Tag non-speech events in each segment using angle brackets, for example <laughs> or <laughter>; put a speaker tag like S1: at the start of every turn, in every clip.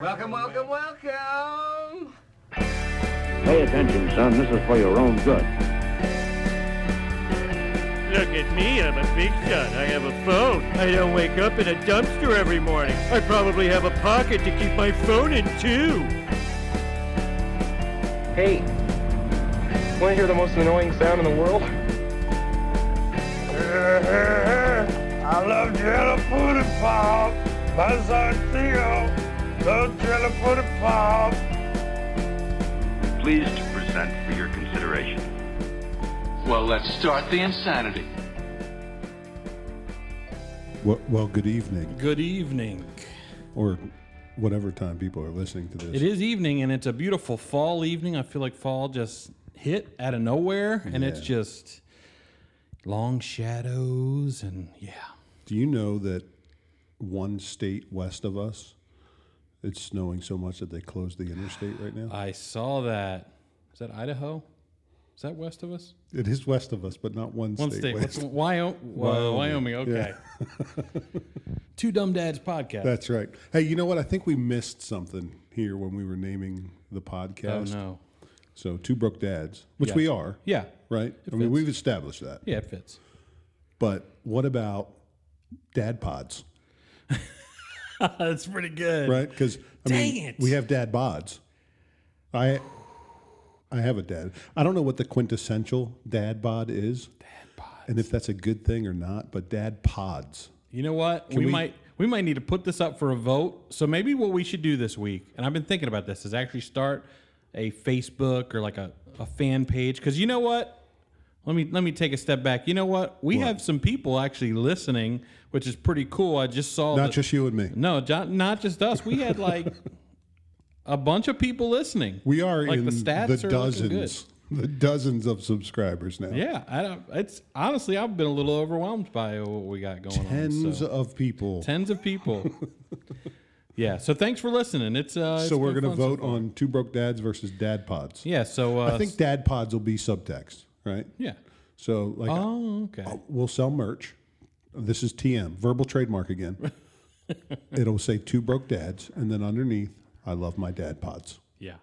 S1: Welcome, welcome, welcome.
S2: Pay attention, son. This is for your own good.
S3: Look at me, I'm a big shot. I have a phone. I don't wake up in a dumpster every morning. I probably have a pocket to keep my phone in too.
S4: Hey, want to hear the most annoying sound in the world?
S5: I love jello pudding pop. My son Theo loves jello pudding pop.
S6: pleased to present for your consideration
S7: Well, let's start the insanity.
S8: Well, well, good evening,
S9: Good evening.
S8: or whatever time people are listening to this.
S9: It is evening and it's a beautiful fall evening. I feel like fall just hit out of nowhere and it's
S8: Yeah.
S9: just long shadows and yeah.
S8: Do you know that one state west of us, it's snowing so much that they closed the interstate right now?
S9: I saw that. Is that Idaho? Is that west of us?
S8: It is west of us, but not one,
S9: One
S8: state,
S9: state. What's
S8: west.
S9: Wyoming? Wyoming.
S8: Wyoming,
S9: Okay.
S8: <laughs>
S9: Two Dumb Dads podcast.
S8: That's right. Hey, you know what? I think we missed something here when we were naming the
S9: oh
S8: podcast.
S9: no.
S8: So, two broke dads, which
S9: Yeah.
S8: we are,
S9: Yeah.
S8: right? I
S9: fits.
S8: mean, we've established that.
S9: Yeah, it fits.
S8: But what about dad pods,
S9: That's pretty good.
S8: right? Because I
S9: Dang
S8: mean,
S9: it.
S8: we have dad bods. I I have a dad. I don't know what the quintessential dad bod is. Dad bod. And if that's a good thing or not, but dad pods.
S9: You know what? We,
S8: we-
S9: might we might need to put this up for a vote. So maybe what we should do this week, and I've been thinking about this, is actually start a Facebook or like a, a fan page. Because you know what? Let me let me take a step back. You know what? We have some people actually listening, which is pretty cool. I just saw
S8: Not
S9: the-
S8: just you and me.
S9: no, jo- not just us. We
S8: <laughs>
S9: had like a bunch of people listening.
S8: We are
S9: like
S8: in
S9: the stats are looking good.
S8: dozens, the dozens of subscribers now.
S9: Yeah, I don't, it's honestly I've been a little overwhelmed by what we got going on.
S8: Tens
S9: so.
S8: of people.
S9: tens
S8: <laughs>
S9: of people. yeah. So thanks for listening. It's uh. it's
S8: so we're
S9: been
S8: going to
S9: fun so
S8: vote
S9: far.
S8: on two broke dads versus dad pods.
S9: Yeah. So uh,
S8: I think dad pods will be subtext, right?
S9: Yeah.
S8: So like
S9: Oh, okay.
S8: We'll sell merch. This is TM, verbal trademark
S9: <laughs>
S8: again. It'll say two broke dads, and then underneath, I love my dad pods.
S9: Yeah.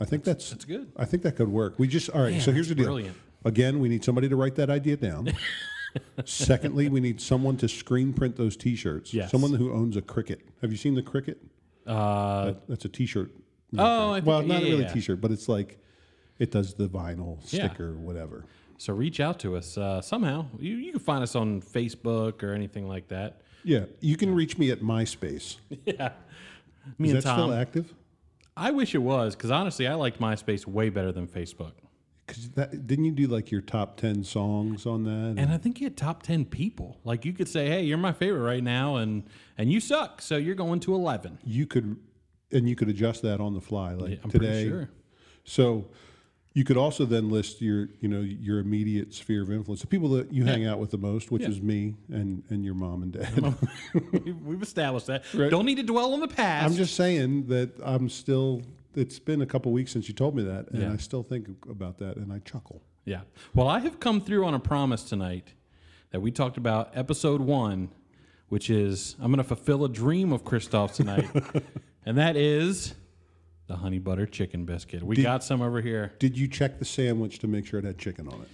S8: I think that's that's
S9: good.
S8: I think that could work. We just all right.
S9: Man,
S8: so here's the
S9: that's
S8: deal.
S9: brilliant.
S8: Again, we need somebody to write that idea
S9: <laughs>
S8: down. Secondly, we need someone to screen print those T-shirts.
S9: Yes.
S8: Someone who owns a cricket. Have you seen the cricket?
S9: Uh,
S8: That- that's a T-shirt.
S9: Oh, I think-
S8: well, not
S9: yeah,
S8: really
S9: yeah.
S8: T-shirt, but it's like it does the vinyl
S9: Yeah.
S8: sticker, whatever.
S9: so reach out to us uh, somehow. You you can find us on Facebook or anything like that.
S8: Yeah, you can reach me at MySpace.
S9: Me
S8: Is
S9: and
S8: that
S9: Tom.
S8: still active?
S9: I wish it was because honestly, I liked MySpace way better than Facebook.
S8: Because didn't you do like your top ten songs on that?
S9: And I think you had top ten people. Like you could say, "Hey, you're my favorite right now," and and you suck, so you're going to eleven.
S8: you could, and you could adjust that on the fly, like
S9: I'm
S8: today.
S9: pretty sure. <laughs>
S8: So you could also then list your, you know, your immediate sphere of influence, the people that you hang out with the most, which is me and and your mom and dad.
S9: We've we've established that. Don't need to dwell on the past.
S8: <laughs> I'm just saying that I'm still. It's been a couple weeks since you told me that, and
S9: Yeah.
S8: I still think about that, and I chuckle.
S9: Yeah. Well, I have come through on a promise tonight that we talked about episode one, which is I'm going to fulfill a dream of Christoph tonight, and that is the honey butter chicken biscuit. We got some over here.
S8: Did you check the sandwich to make sure it had chicken on it?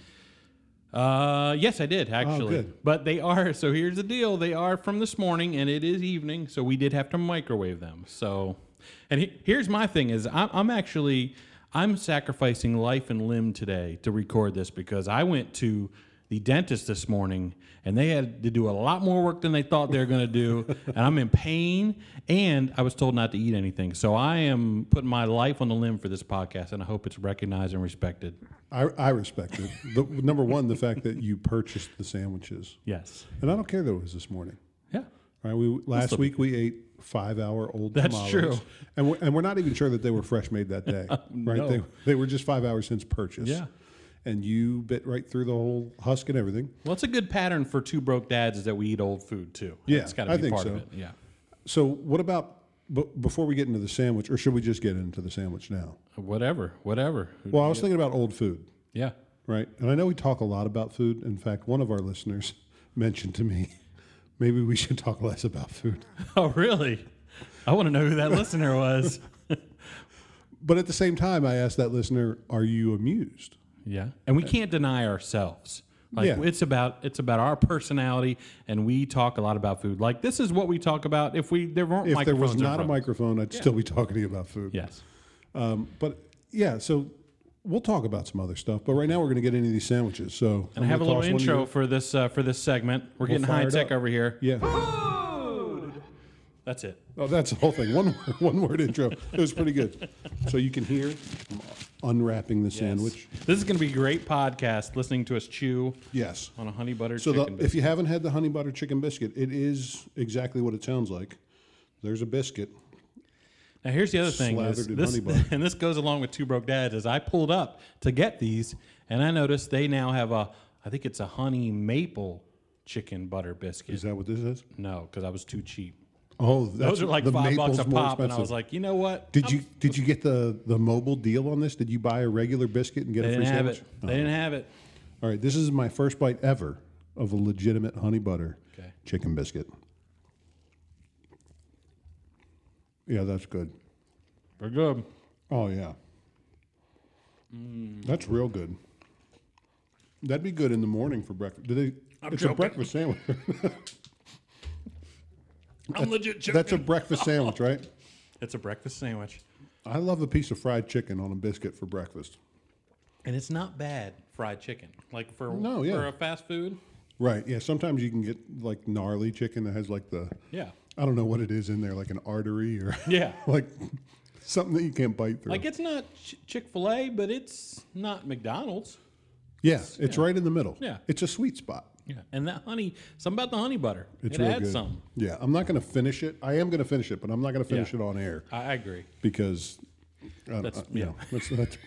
S9: Uh, yes, I did actually.
S8: good.
S9: But they are so. Here's the deal: they are from this morning, and it is evening, so we did have to microwave them. So, and he, here's my thing: is I'm, I'm actually I'm sacrificing life and limb today to record this because I went to the dentist this morning, and they had to do a lot more work than they thought they were going to do, and I'm in pain, and I was told not to eat anything. So I am putting my life on the limb for this podcast, and I hope it's recognized and respected.
S8: I, I respect it. The, number one, the fact that you purchased the sandwiches,
S9: Yes.
S8: and I don't care that it was this morning.
S9: Yeah.
S8: Right? We last week we ate five-hour old.
S9: That's
S8: tamales,
S9: true.
S8: and we're, and we're not even sure that they were fresh made that
S9: <laughs>
S8: day. Right?
S9: no.
S8: They they were just five hours since purchase.
S9: Yeah.
S8: And you bit right through the whole husk and everything.
S9: Well, it's a good pattern for two broke dads is that we eat old food too.
S8: Yeah,
S9: it's got to
S8: I
S9: be
S8: think
S9: part
S8: so.
S9: of it. Yeah,
S8: So what about? But before we get into the sandwich, or should we just get into the sandwich now?
S9: whatever, whatever.
S8: Well, I was thinking about old food.
S9: <laughs> yeah,
S8: Right. And I know we talk a lot about food. In fact, one of our <laughs> listeners mentioned to me, maybe we should talk less about food.
S9: oh really? I want to know who <laughs> that listener was.
S8: But at the same time, I asked that listener, "Are you amused?"
S9: Yeah, and we can't deny ourselves. Like
S8: Yeah.
S9: it's about it's about our personality, and we talk a lot about food. Like this is what we talk about. If we there weren't
S8: If there was
S9: microphones in
S8: not a
S9: front of us.
S8: microphone, I'd still be talking to you about food.
S9: yes,
S8: But yeah, so we'll talk about some other stuff. But right now, we're going to get into these sandwiches. So
S9: and I
S8: I'm
S9: have a
S8: gonna
S9: little
S8: toss one to
S9: intro
S8: you.
S9: for this uh, for this segment. We're getting
S8: fire
S9: high
S8: it
S9: tech
S8: up.
S9: over here.
S8: Yeah.
S9: That's it.
S8: Oh, that's the whole thing. One <laughs> one word intro. It was pretty good. So you can hear I'm unwrapping the sandwich.
S9: This is going to be great podcast. Listening to us chew
S8: Yes.
S9: on a honey butter
S8: So the,
S9: chicken.
S8: if
S9: biscuit.
S8: you haven't had the honey butter chicken biscuit, it is exactly what it sounds like. There's a biscuit.
S9: now here's the other thing, is
S8: slathered in
S9: this,
S8: honey butter.
S9: <laughs> and this goes along with Two Broke Dads. Is I pulled up to get these, and I noticed they now have a I think it's a honey maple chicken butter biscuit.
S8: Is that what this is?
S9: No, because I was too cheap.
S8: Oh, that's,
S9: Those are like
S8: the
S9: five bucks
S8: maple's
S9: a
S8: more
S9: pop, and I
S8: expensive.
S9: was like, you know what?
S8: Did
S9: I'm-
S8: you did you get the the mobile deal on this? Did you buy a regular biscuit and get
S9: They
S8: a
S9: didn't
S8: free
S9: have
S8: sandwich? Oh.
S9: it. They didn't have it.
S8: All right, this is my first bite ever of a legitimate honey butter
S9: Okay.
S8: chicken biscuit. Yeah, that's good.
S9: We're good.
S8: Oh yeah,
S9: Mm.
S8: that's real good. That'd be good in the morning for breakfast. Do they? it's a
S9: joking.
S8: breakfast sandwich. <laughs>
S9: I'm legit. Joking.
S8: that's a breakfast sandwich, right?
S9: It's a breakfast sandwich,
S8: I love a piece of fried chicken on a biscuit for breakfast.
S9: and it's not bad fried chicken. Like for
S8: No, yeah.
S9: for a fast food.
S8: Right. Yeah. Sometimes you can get like gnarly chicken that has like the
S9: Yeah.
S8: I don't know what it is in there, like an artery or
S9: <laughs> Yeah.
S8: <laughs> like something that you can't bite through.
S9: Like it's not Ch- Chick Fil A, but it's not McDonald's.
S8: yeah, it's right in the middle.
S9: Yeah.
S8: it's a sweet spot.
S9: Yeah, and that honey, something about the honey butter.
S8: It's
S9: it
S8: real
S9: adds
S8: good.
S9: some.
S8: Yeah, I'm not going to finish it. I am going to finish it, but I'm not going to finish
S9: Yeah.
S8: it on air
S9: I, I agree.
S8: because uh,
S9: That's-
S8: uh,
S9: yeah.
S8: no,
S9: <laughs>
S8: that's, that's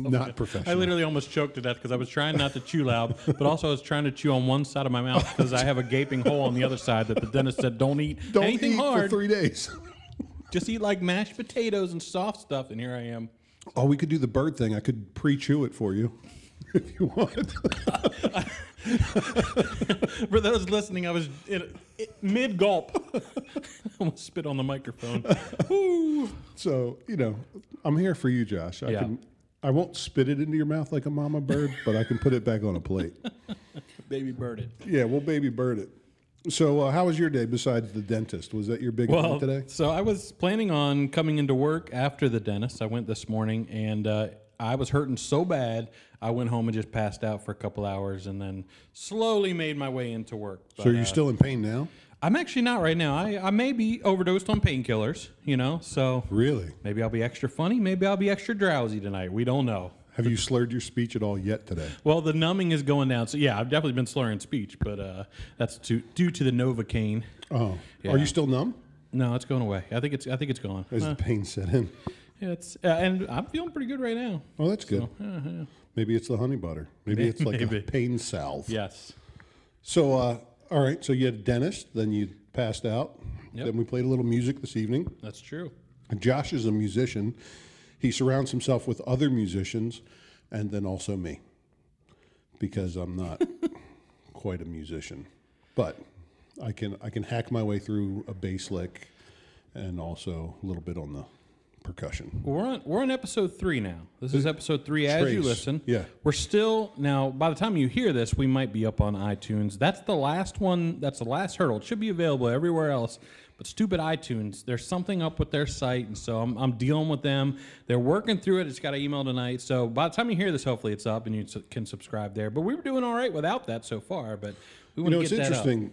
S8: not professional.
S9: I literally almost choked to death because I was trying not to chew loud, <laughs> but also I was trying to chew on one side of my mouth because I have a gaping hole on the other side that the dentist said don't eat
S8: <laughs> don't
S9: anything
S8: eat for
S9: hard.
S8: three days. <laughs>
S9: Just eat like mashed potatoes and soft stuff, and here I am.
S8: oh, we could do the bird thing. I could pre-chew it for you <laughs> if you want. <laughs>
S9: For those listening, I was in, mid <laughs> gulp. almost spit on
S8: <laughs>
S9: the microphone. Woo.
S8: So you know, I'm here for you, Josh. I
S9: Yeah.
S8: can. I won't spit it into your mouth like a mama bird, but I can put it back on a plate.
S9: Baby bird it.
S8: Yeah, we'll baby bird it. So, uh, how was your day besides the dentist? Was that your big
S9: Well,
S8: one today?
S9: so I was planning on coming into work after the dentist. I went this morning, and uh, I was hurting so bad. I went home and just passed out for a couple hours, and then slowly made my way into work. But,
S8: So, are you
S9: uh,
S8: still in pain now?
S9: I'm actually not right now. I, I may be overdosed on painkillers. You know, so
S8: Really?
S9: maybe I'll be extra funny. Maybe I'll be extra drowsy tonight. We don't know.
S8: Have you slurred your speech at all yet today?
S9: Well, the numbing is going down. So yeah, I've definitely been slurring speech, but uh, that's to, due to the novocaine.
S8: Oh,
S9: Yeah.
S8: are you still numb?
S9: No, it's going away. I think it's I think it's gone.
S8: Has
S9: Uh,
S8: the pain set in?
S9: yeah, it's uh, and I'm feeling pretty good right now.
S8: Oh, that's good. Maybe it's the honey butter. Maybe it's like
S9: Maybe.
S8: a pain salve.
S9: Yes.
S8: So, uh, all right. So you had a dentist, then you passed out.
S9: Yep.
S8: Then we played a little music this evening.
S9: That's true.
S8: Josh is a musician. He surrounds himself with other musicians and then also me because I'm
S9: <laughs>
S8: not quite a musician. But I can I can hack my way through a bass lick and also a little bit on the percussion.
S9: Well, we're on we're on episode three now. This is episode three. As you
S8: Trace,
S9: listen,
S8: yeah.
S9: we're still now. By the time you hear this, we might be up on iTunes. That's the last one. That's the last hurdle. It should be available everywhere else. But stupid iTunes, there's something up with their site, and so I'm, I'm dealing with them. They're working through it. It's got an email tonight, so by the time you hear this, hopefully it's up and you s- can subscribe there. But we were doing all right without that so far. But we
S8: You
S9: want
S8: know,
S9: to
S8: it's
S9: get that up.
S8: interesting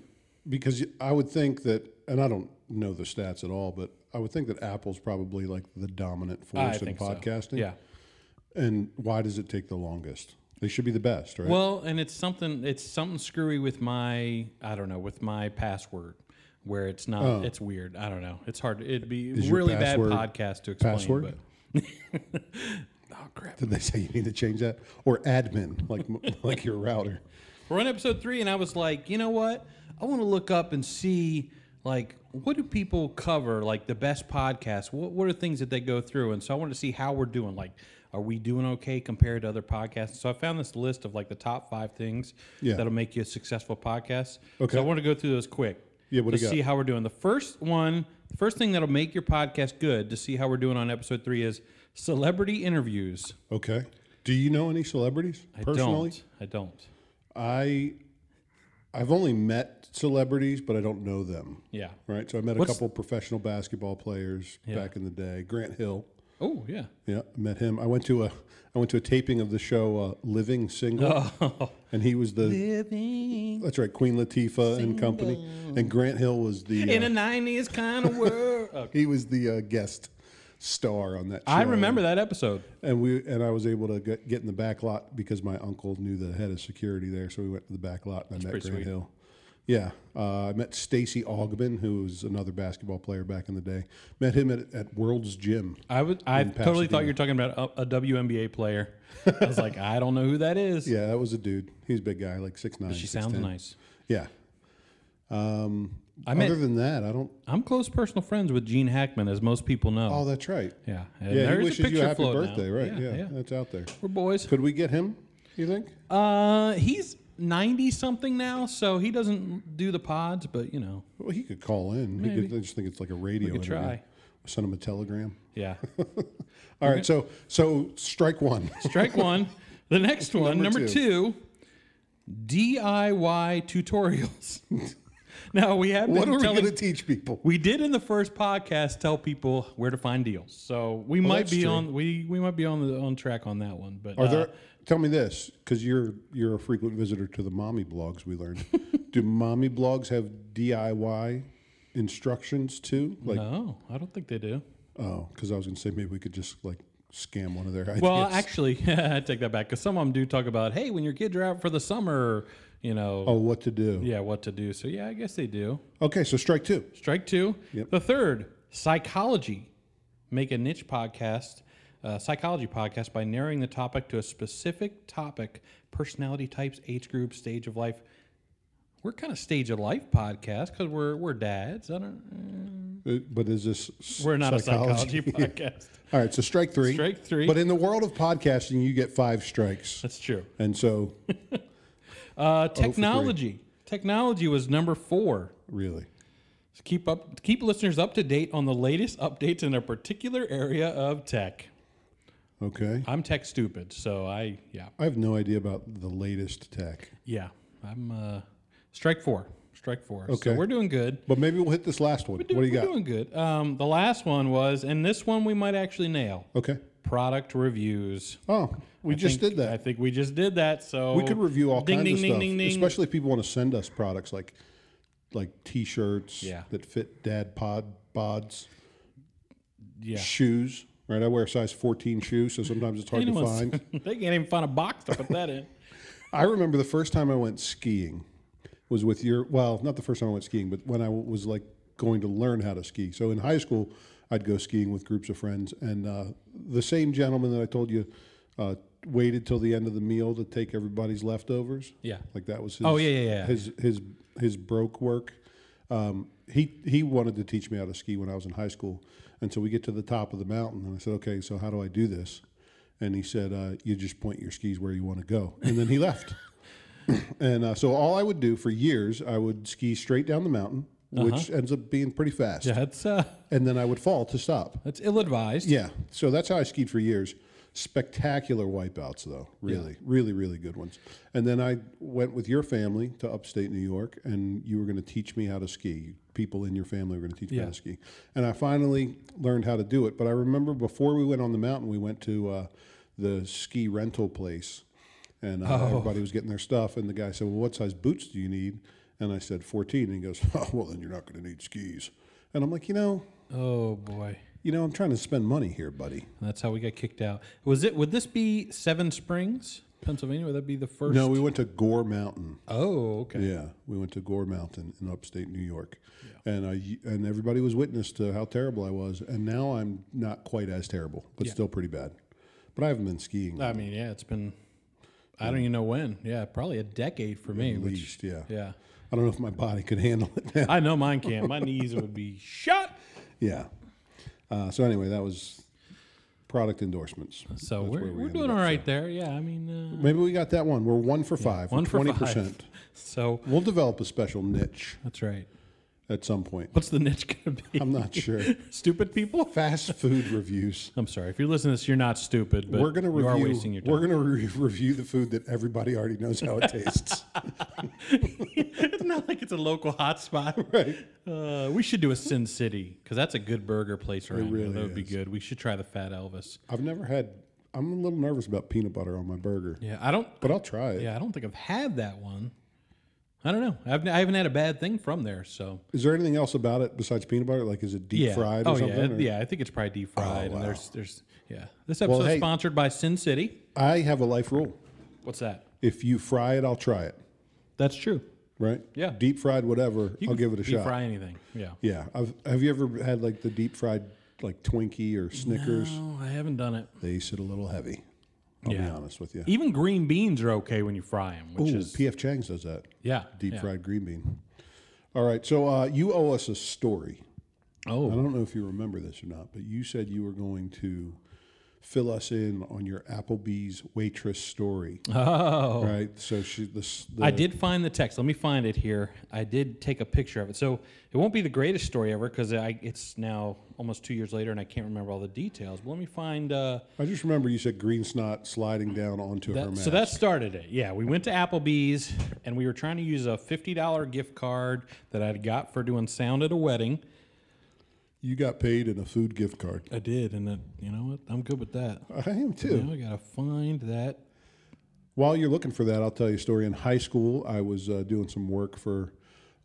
S8: because I would think that, and I don't know the stats at all, but I would think that Apple's probably like the dominant
S9: I
S8: force in
S9: think so.
S8: podcasting.
S9: Yeah.
S8: And why does it take the longest? They should be the best, right?
S9: Well, and it's something it's something screwy with my I don't know with my password where it's not it's weird. I don't know. It's hard. It'd be
S8: Oh. Is your
S9: really bad
S8: password-
S9: podcast to explain.
S8: password?
S9: But <laughs>
S8: Did they say you need to change that or admin like <laughs> like your router?
S9: we're on episode three, and I was like, you know what? I want to look up and see like what do people cover like the best podcasts. What what are things that they go through? And so I wanted to see how we're doing. Like, are we doing okay compared to other podcasts? So I found this list of like the top five things
S8: Yeah.
S9: that'll make you a successful podcast.
S8: Okay.
S9: So I want to go through those quick.
S8: Yeah, what do
S9: to
S8: you got?
S9: see how we're doing. The first one The first thing that'll make your podcast good to see how we're doing on episode three is celebrity interviews.
S8: Okay. Do you know any celebrities
S9: I
S8: personally?
S9: don't. I don't.
S8: I I've only met celebrities, but I don't know them.
S9: Yeah.
S8: Right. So I met a
S9: What's-
S8: couple professional basketball players back in the day. Grant Hill.
S9: Oh yeah.
S8: Yeah, I met him. I went to a I went to a taping of the show uh, Living Single,
S9: Oh.
S8: <laughs> and he was the that's right Queen Latifah and company, and Grant Hill was the
S9: In
S8: uh,
S9: a '90s kind of world.
S8: he was the uh, guest star on that. show.
S9: <laughs> I remember that episode.
S8: and we and I was able to get, get in the back lot because my uncle knew the head of security there, so we went to the back lot and I met
S9: pretty
S8: Grant
S9: sweet.
S8: Hill. Yeah, uh, I met Stacy Ogman, who was another basketball player back in the day. Met him at, at World's Gym.
S9: I was. I
S8: In Pasadena.
S9: totally thought you were talking about a, a WNBA player. I was like, I don't know who that is.
S8: Yeah, that was a dude. He's a big guy, like six nine.
S9: she sounds nice.
S8: Yeah.
S9: I
S8: Other
S9: met,
S8: than that, I don't.
S9: I'm close personal friends with Gene Hackman, as most people know.
S8: Oh, that's right.
S9: yeah. And
S8: Yeah,
S9: there's
S8: he
S9: a
S8: wishes you
S9: picture
S8: a happy
S9: floating out.
S8: birthday, right? Yeah,
S9: yeah.
S8: that's out there.
S9: We're boys.
S8: Could we get him? You think?
S9: Uh, he's 90 something now, so he doesn't do the pods, but you know,
S8: Well, he could call in. He could, I just think it's like a radio.
S9: could
S8: interview.
S9: try.
S8: Send him a telegram.
S9: yeah.
S8: All right, so so strike
S9: <laughs>
S8: one. <laughs>
S9: Strike one. The next one,
S8: Number
S9: number, two. DIY tutorials. <laughs> now we have been
S8: What are we
S9: telling-
S8: going to teach people?
S9: We did in the first podcast tell people where to find deals, so we might
S8: Oh, that's
S9: be
S8: true.
S9: on we we might be on the on track on that one. But
S8: Are
S9: uh,
S8: there? Tell me this, because you're you're a frequent visitor to the mommy blogs. We learned.
S9: <laughs>
S8: Do mommy blogs have DIY instructions too? Like,
S9: no? I don't think they do.
S8: oh, because I was going to say maybe we could just like scam one of their ideas.
S9: Well, actually, <laughs> I take that back because some of them do talk about hey, when your kids are out for the summer, you know,
S8: oh, what to do?
S9: yeah, what to do. So yeah, I guess they do.
S8: Okay, so strike two.
S9: Strike two. The third, psychology. Make a niche podcast, uh, psychology podcast, by narrowing the topic to a specific topic, personality types, age group, stage of life. We're kind of stage of life podcast because we're we're dads. I don't.
S8: Uh, But is this? s-
S9: We're not a
S8: <laughs>
S9: psychology podcast.
S8: All right, so strike three.
S9: Strike three.
S8: But in the world of podcasting, you get five strikes,
S9: That's true.
S8: and so
S9: <laughs> Uh, technology. Technology was number four.
S8: really,
S9: So keep up, keep listeners up to date on the latest updates in a particular area of tech.
S8: okay.
S9: I'm tech stupid, so I yeah.
S8: I have no idea about the latest tech.
S9: Yeah, I'm uh, strike four. Strike four.
S8: Okay.
S9: so we're doing good.
S8: But maybe we'll hit this last one.
S9: Dude,
S8: what do you
S9: we're
S8: got?
S9: doing good. Um, the last one was, and this one we might actually nail.
S8: Okay.
S9: Product reviews.
S8: Oh, we
S9: I
S8: just
S9: think-
S8: did that.
S9: I think we just did that. So
S8: we could review all
S9: ding,
S8: kinds
S9: ding,
S8: of
S9: ding,
S8: stuff,
S9: Ding, ding,
S8: especially if people want to send us products like like T-shirts
S9: Yeah.
S8: that fit dad pod bods,
S9: Yeah.
S8: shoes. Right, I wear a size 14 shoe, so sometimes it's hard
S9: You know
S8: to
S9: what's-
S8: find.
S9: <laughs> they can't even find a box to put that
S8: <laughs>
S9: in.
S8: I remember the first time I went skiing was with your well, not the first time I went skiing, but when I w- was like going to learn how to ski. So in high school, I'd go skiing with groups of friends, and uh, the same gentleman that I told you uh, waited till the end of the meal to take everybody's leftovers.
S9: Yeah.
S8: like that was his,
S9: Oh, yeah, yeah, yeah.
S8: his his his broke work. Um, he he wanted to teach me how to ski when I was in high school, and so we get to the top of the mountain, and I said, "Okay, so how do I do this?" And he said, uh, "You just point your skis where you want to go," and then he left.
S9: <laughs>
S8: And uh, so all I would do for years, I would ski straight down the mountain, which ends up being pretty fast,
S9: Uh-huh. Yeah, that's uh,
S8: and then I would fall to stop.
S9: that's ill advised.
S8: Yeah, so that's how I skied for years. Spectacular wipeouts, though. Really, really, really good ones. And then I went with your family to upstate New York, and you were going to teach me how to ski. People in your family were going to teach me how
S9: Yeah.
S8: to ski, and I finally learned how to do it. But I remember before we went on the mountain, we went to uh, the ski rental place, and uh, everybody was getting their stuff. And the guy said, "Well, what size boots do you need?" And I said, 14. And he goes, <laughs> "Oh, well, then you're not going to need skis." And I'm like, you know,
S9: Oh boy,
S8: you know, I'm trying to spend money here, buddy.
S9: that's how we got kicked out. Was it? Would this be Seven Springs, Pennsylvania? Would that be the first?
S8: No, we went to Gore Mountain.
S9: Oh, okay.
S8: Yeah, we went to Gore Mountain in upstate New York, and I and everybody was witness to how terrible I was. And now I'm not quite as terrible, but still pretty bad. But I haven't been skiing.
S9: I mean, yeah, it's been. I don't even know when. Yeah, probably a decade for me.
S8: at
S9: which-
S8: least, yeah.
S9: yeah,
S8: I don't know if my body could handle it. Now. <laughs>
S9: I know mine can't. My knees would be shut.
S8: yeah. Uh, so anyway, that was product endorsements.
S9: So
S8: That's
S9: we're,
S8: where we
S9: we're
S8: ended
S9: doing
S8: up,
S9: all
S8: so.
S9: right there. Yeah, I mean, uh,
S8: Maybe we got that one. We're one for five.
S9: one for
S8: twenty
S9: five.
S8: percent.
S9: <laughs> So
S8: We'll develop a special niche.
S9: that's right.
S8: at some point.
S9: <laughs> What's the niche going to be?
S8: I'm not sure.
S9: <laughs> Stupid people?
S8: Fast food reviews.
S9: I'm sorry. If you're listening to this, you're not stupid, but
S8: we're gonna
S9: you are
S8: review.
S9: wasting your time.
S8: We're gonna re- review the food that everybody already knows how it
S9: <laughs>
S8: tastes.
S9: it's not like it's a local hotspot.
S8: <laughs> Right.
S9: Uh, we should do a Sin City because that's a good burger place around here.
S8: really
S9: That would be
S8: is.
S9: good. We should try the Fat Elvis.
S8: I've never had. I'm a little nervous about peanut butter on my burger,
S9: Yeah, I don't.
S8: but I'll try it. Is
S9: Yeah, I don't think I've had that one. I don't know. I've, I haven't had a bad thing from there. So
S8: there anything else about it besides peanut butter? Like, is it deep
S9: yeah.
S8: fried or
S9: oh
S8: something?
S9: yeah,
S8: or- Oh,
S9: yeah. I think it's probably deep fried.
S8: wow.
S9: And there's there's yeah. This episode's
S8: hey-
S9: sponsored by Sin City.
S8: I have a life rule.
S9: What's that?
S8: If you fry it, I'll try it.
S9: That's true.
S8: Right?
S9: Yeah.
S8: Deep fried, whatever. I'll
S9: You can
S8: give it a
S9: deep
S8: shot.
S9: Fry anything. Yeah.
S8: Yeah. I've, have you ever had like the deep fried like Twinkie or Snickers?
S9: Oh, I haven't done it.
S8: They sit a little heavy. I'll be
S9: Yeah.
S8: honest with you.
S9: Even green beans are okay when you fry them, which
S8: Ooh,
S9: is
S8: P.F. Chang's does that.
S9: yeah.
S8: Deep
S9: yeah.
S8: fried green bean. All right. So uh, you owe us a story. I
S9: Oh,
S8: don't know if you remember this or not, but you said you were going to fill us in on your Applebee's waitress story.
S9: oh.
S8: Right. So she, the, s- the
S9: I did find the text. Let me find it here. I did take a picture of it. So it won't be the greatest story ever because it's now almost two years later and I can't remember all the details. But let me find. Uh,
S8: I just remember you said green snot sliding down onto her
S9: that,
S8: mask.
S9: so that started it. Yeah, we went to Applebee's and we were trying to use a $50 gift card that I'd got for doing sound at a wedding.
S8: you got paid in a food gift card.
S9: I did. And that, you know what? I'm good with that.
S8: I am too.
S9: Now I got to find that.
S8: While you're looking for that, I'll tell you a story. In high school, I was uh, doing some work for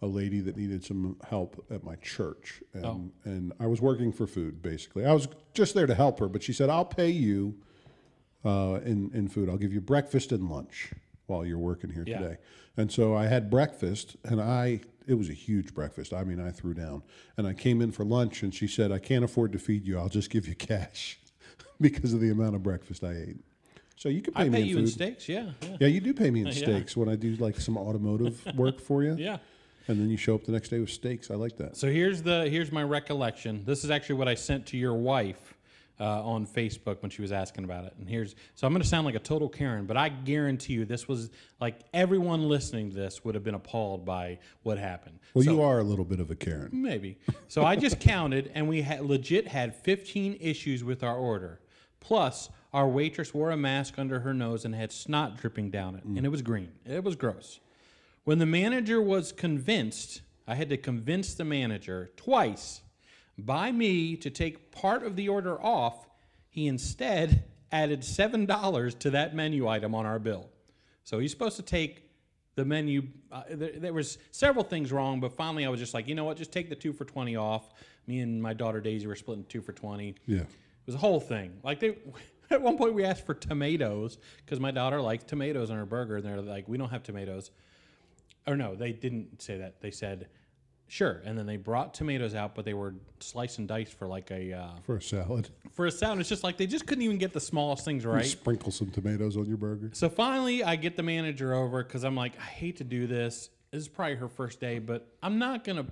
S8: a lady that needed some help at my church, and,
S9: Oh.
S8: and I was working for food basically. I was just there to help her, but she said, "I'll pay you uh, in in food. I'll give you breakfast and lunch while you're working here
S9: Yeah.
S8: today." And so I had breakfast, and I it was a huge breakfast. I mean, I threw down, and I came in for lunch, and she said, "I can't afford to feed you. I'll just give you <laughs> cash because of the amount of breakfast I ate." So you can pay
S9: I
S8: me
S9: pay
S8: in
S9: you
S8: food.
S9: in steaks. Yeah. <laughs> Yeah.
S8: Yeah, you do pay me in steaks when I do like some
S9: <laughs>
S8: automotive work for you.
S9: yeah.
S8: And then you show up the next day with steaks. I like that.
S9: So here's the here's my recollection. This is actually what I sent to your wife uh, on Facebook when she was asking about it. And here's so I'm going to sound like a total Karen, but I guarantee you this was like everyone listening to this would have been appalled by what happened.
S8: Well,
S9: So-
S8: you are a little bit of a Karen.
S9: Maybe. So I just counted, and we had, legit had 15 issues with our order. Plus, our waitress wore a mask under her nose and had snot dripping down it, and it was green. It was gross. When the manager was convinced, I had to convince the manager twice by me to take part of the order off. He instead added $7 to that menu item on our bill. So he's supposed to take the menu. Uh, there, there was several things wrong, but finally I was just like, you know what? Just take the two for twenty off. Me and my daughter Daisy were splitting two for twenty.
S8: Yeah.
S9: It was a whole thing. Like they, <laughs> at one point we asked for tomatoes because my daughter likes tomatoes on her burger, and they're like, we don't have tomatoes. Or no, they didn't say that. They said, sure, and then they brought tomatoes out, but they were sliced and diced for like a uh,
S8: For a salad.
S9: for a sound. It's just like they just couldn't even get the smallest things
S8: You
S9: right.
S8: sprinkle some tomatoes on your burger.
S9: So finally, I get the manager over because I'm like, I hate to do this. This is probably her first day, but I'm not gonna.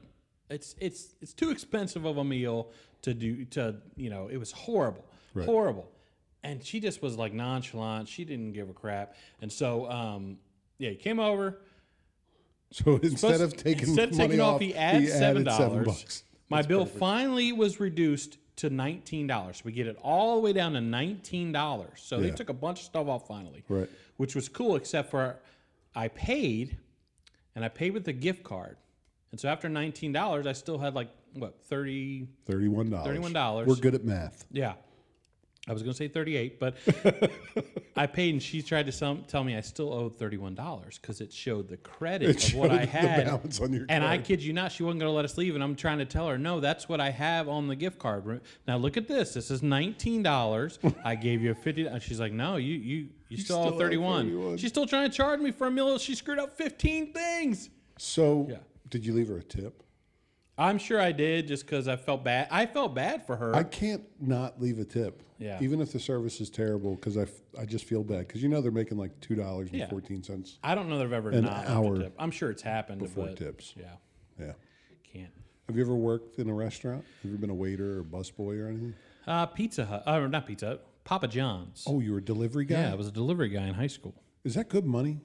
S9: It's it's it's too expensive of a meal to do to you know. It was horrible, horrible, and she just was like nonchalant. She didn't give a crap, and so um yeah, he came over.
S8: So <laughs> instead
S9: Plus,
S8: of taking
S9: instead of
S8: money
S9: taking
S8: off,
S9: off, he adds seven
S8: added seven
S9: dollars.
S8: bucks.
S9: My bill finally was reduced to nineteen dollars. We get it all the way down to nineteen dollars. So they
S8: Yeah.
S9: took a bunch of stuff off finally,
S8: Right.
S9: Which was cool, except for I paid, and I paid with a gift card, and so after nineteen dollars, I still had like what thirty
S8: Thirty-one dollars.
S9: $31.
S8: We're good at math.
S9: yeah. I was going to say 38,
S8: <laughs>
S9: but I paid and she tried to sum, tell me I still owed $31 because it showed the credit
S8: It
S9: of what I
S8: showed the
S9: had.
S8: balance on your
S9: and I
S8: card.
S9: kid you not, she wasn't going to let us leave. And I'm trying to tell her, no, that's what I have on the gift card. Now look at this. This
S8: <laughs>
S9: is $19. I gave you a 50 And she's like, no, you, you, you, still,
S8: still
S9: owe
S8: owe
S9: 31.
S8: 31.
S9: She's still trying to charge me for a meal. She screwed up 15 things.
S8: So
S9: Yeah.
S8: did you leave her a tip?
S9: I'm sure I did just because I felt bad. I felt bad for her.
S8: I can't not leave a tip.
S9: Yeah.
S8: Even if the service is terrible, because I, f- I just feel bad. Because you know they're making like $2.14.
S9: I don't know that I've ever
S8: An
S9: not left a
S8: hour
S9: tip. I'm sure it's happened
S8: before
S9: but-
S8: tips.
S9: Yeah,
S8: Yeah.
S9: can't.
S8: Have you ever worked in a restaurant? Have you been a waiter or busboy or anything?
S9: Uh, pizza Hut, uh, not Pizza Hut, Papa John's.
S8: Oh, you were a delivery guy?
S9: yeah, I was a delivery guy in high school.
S8: Is that good money?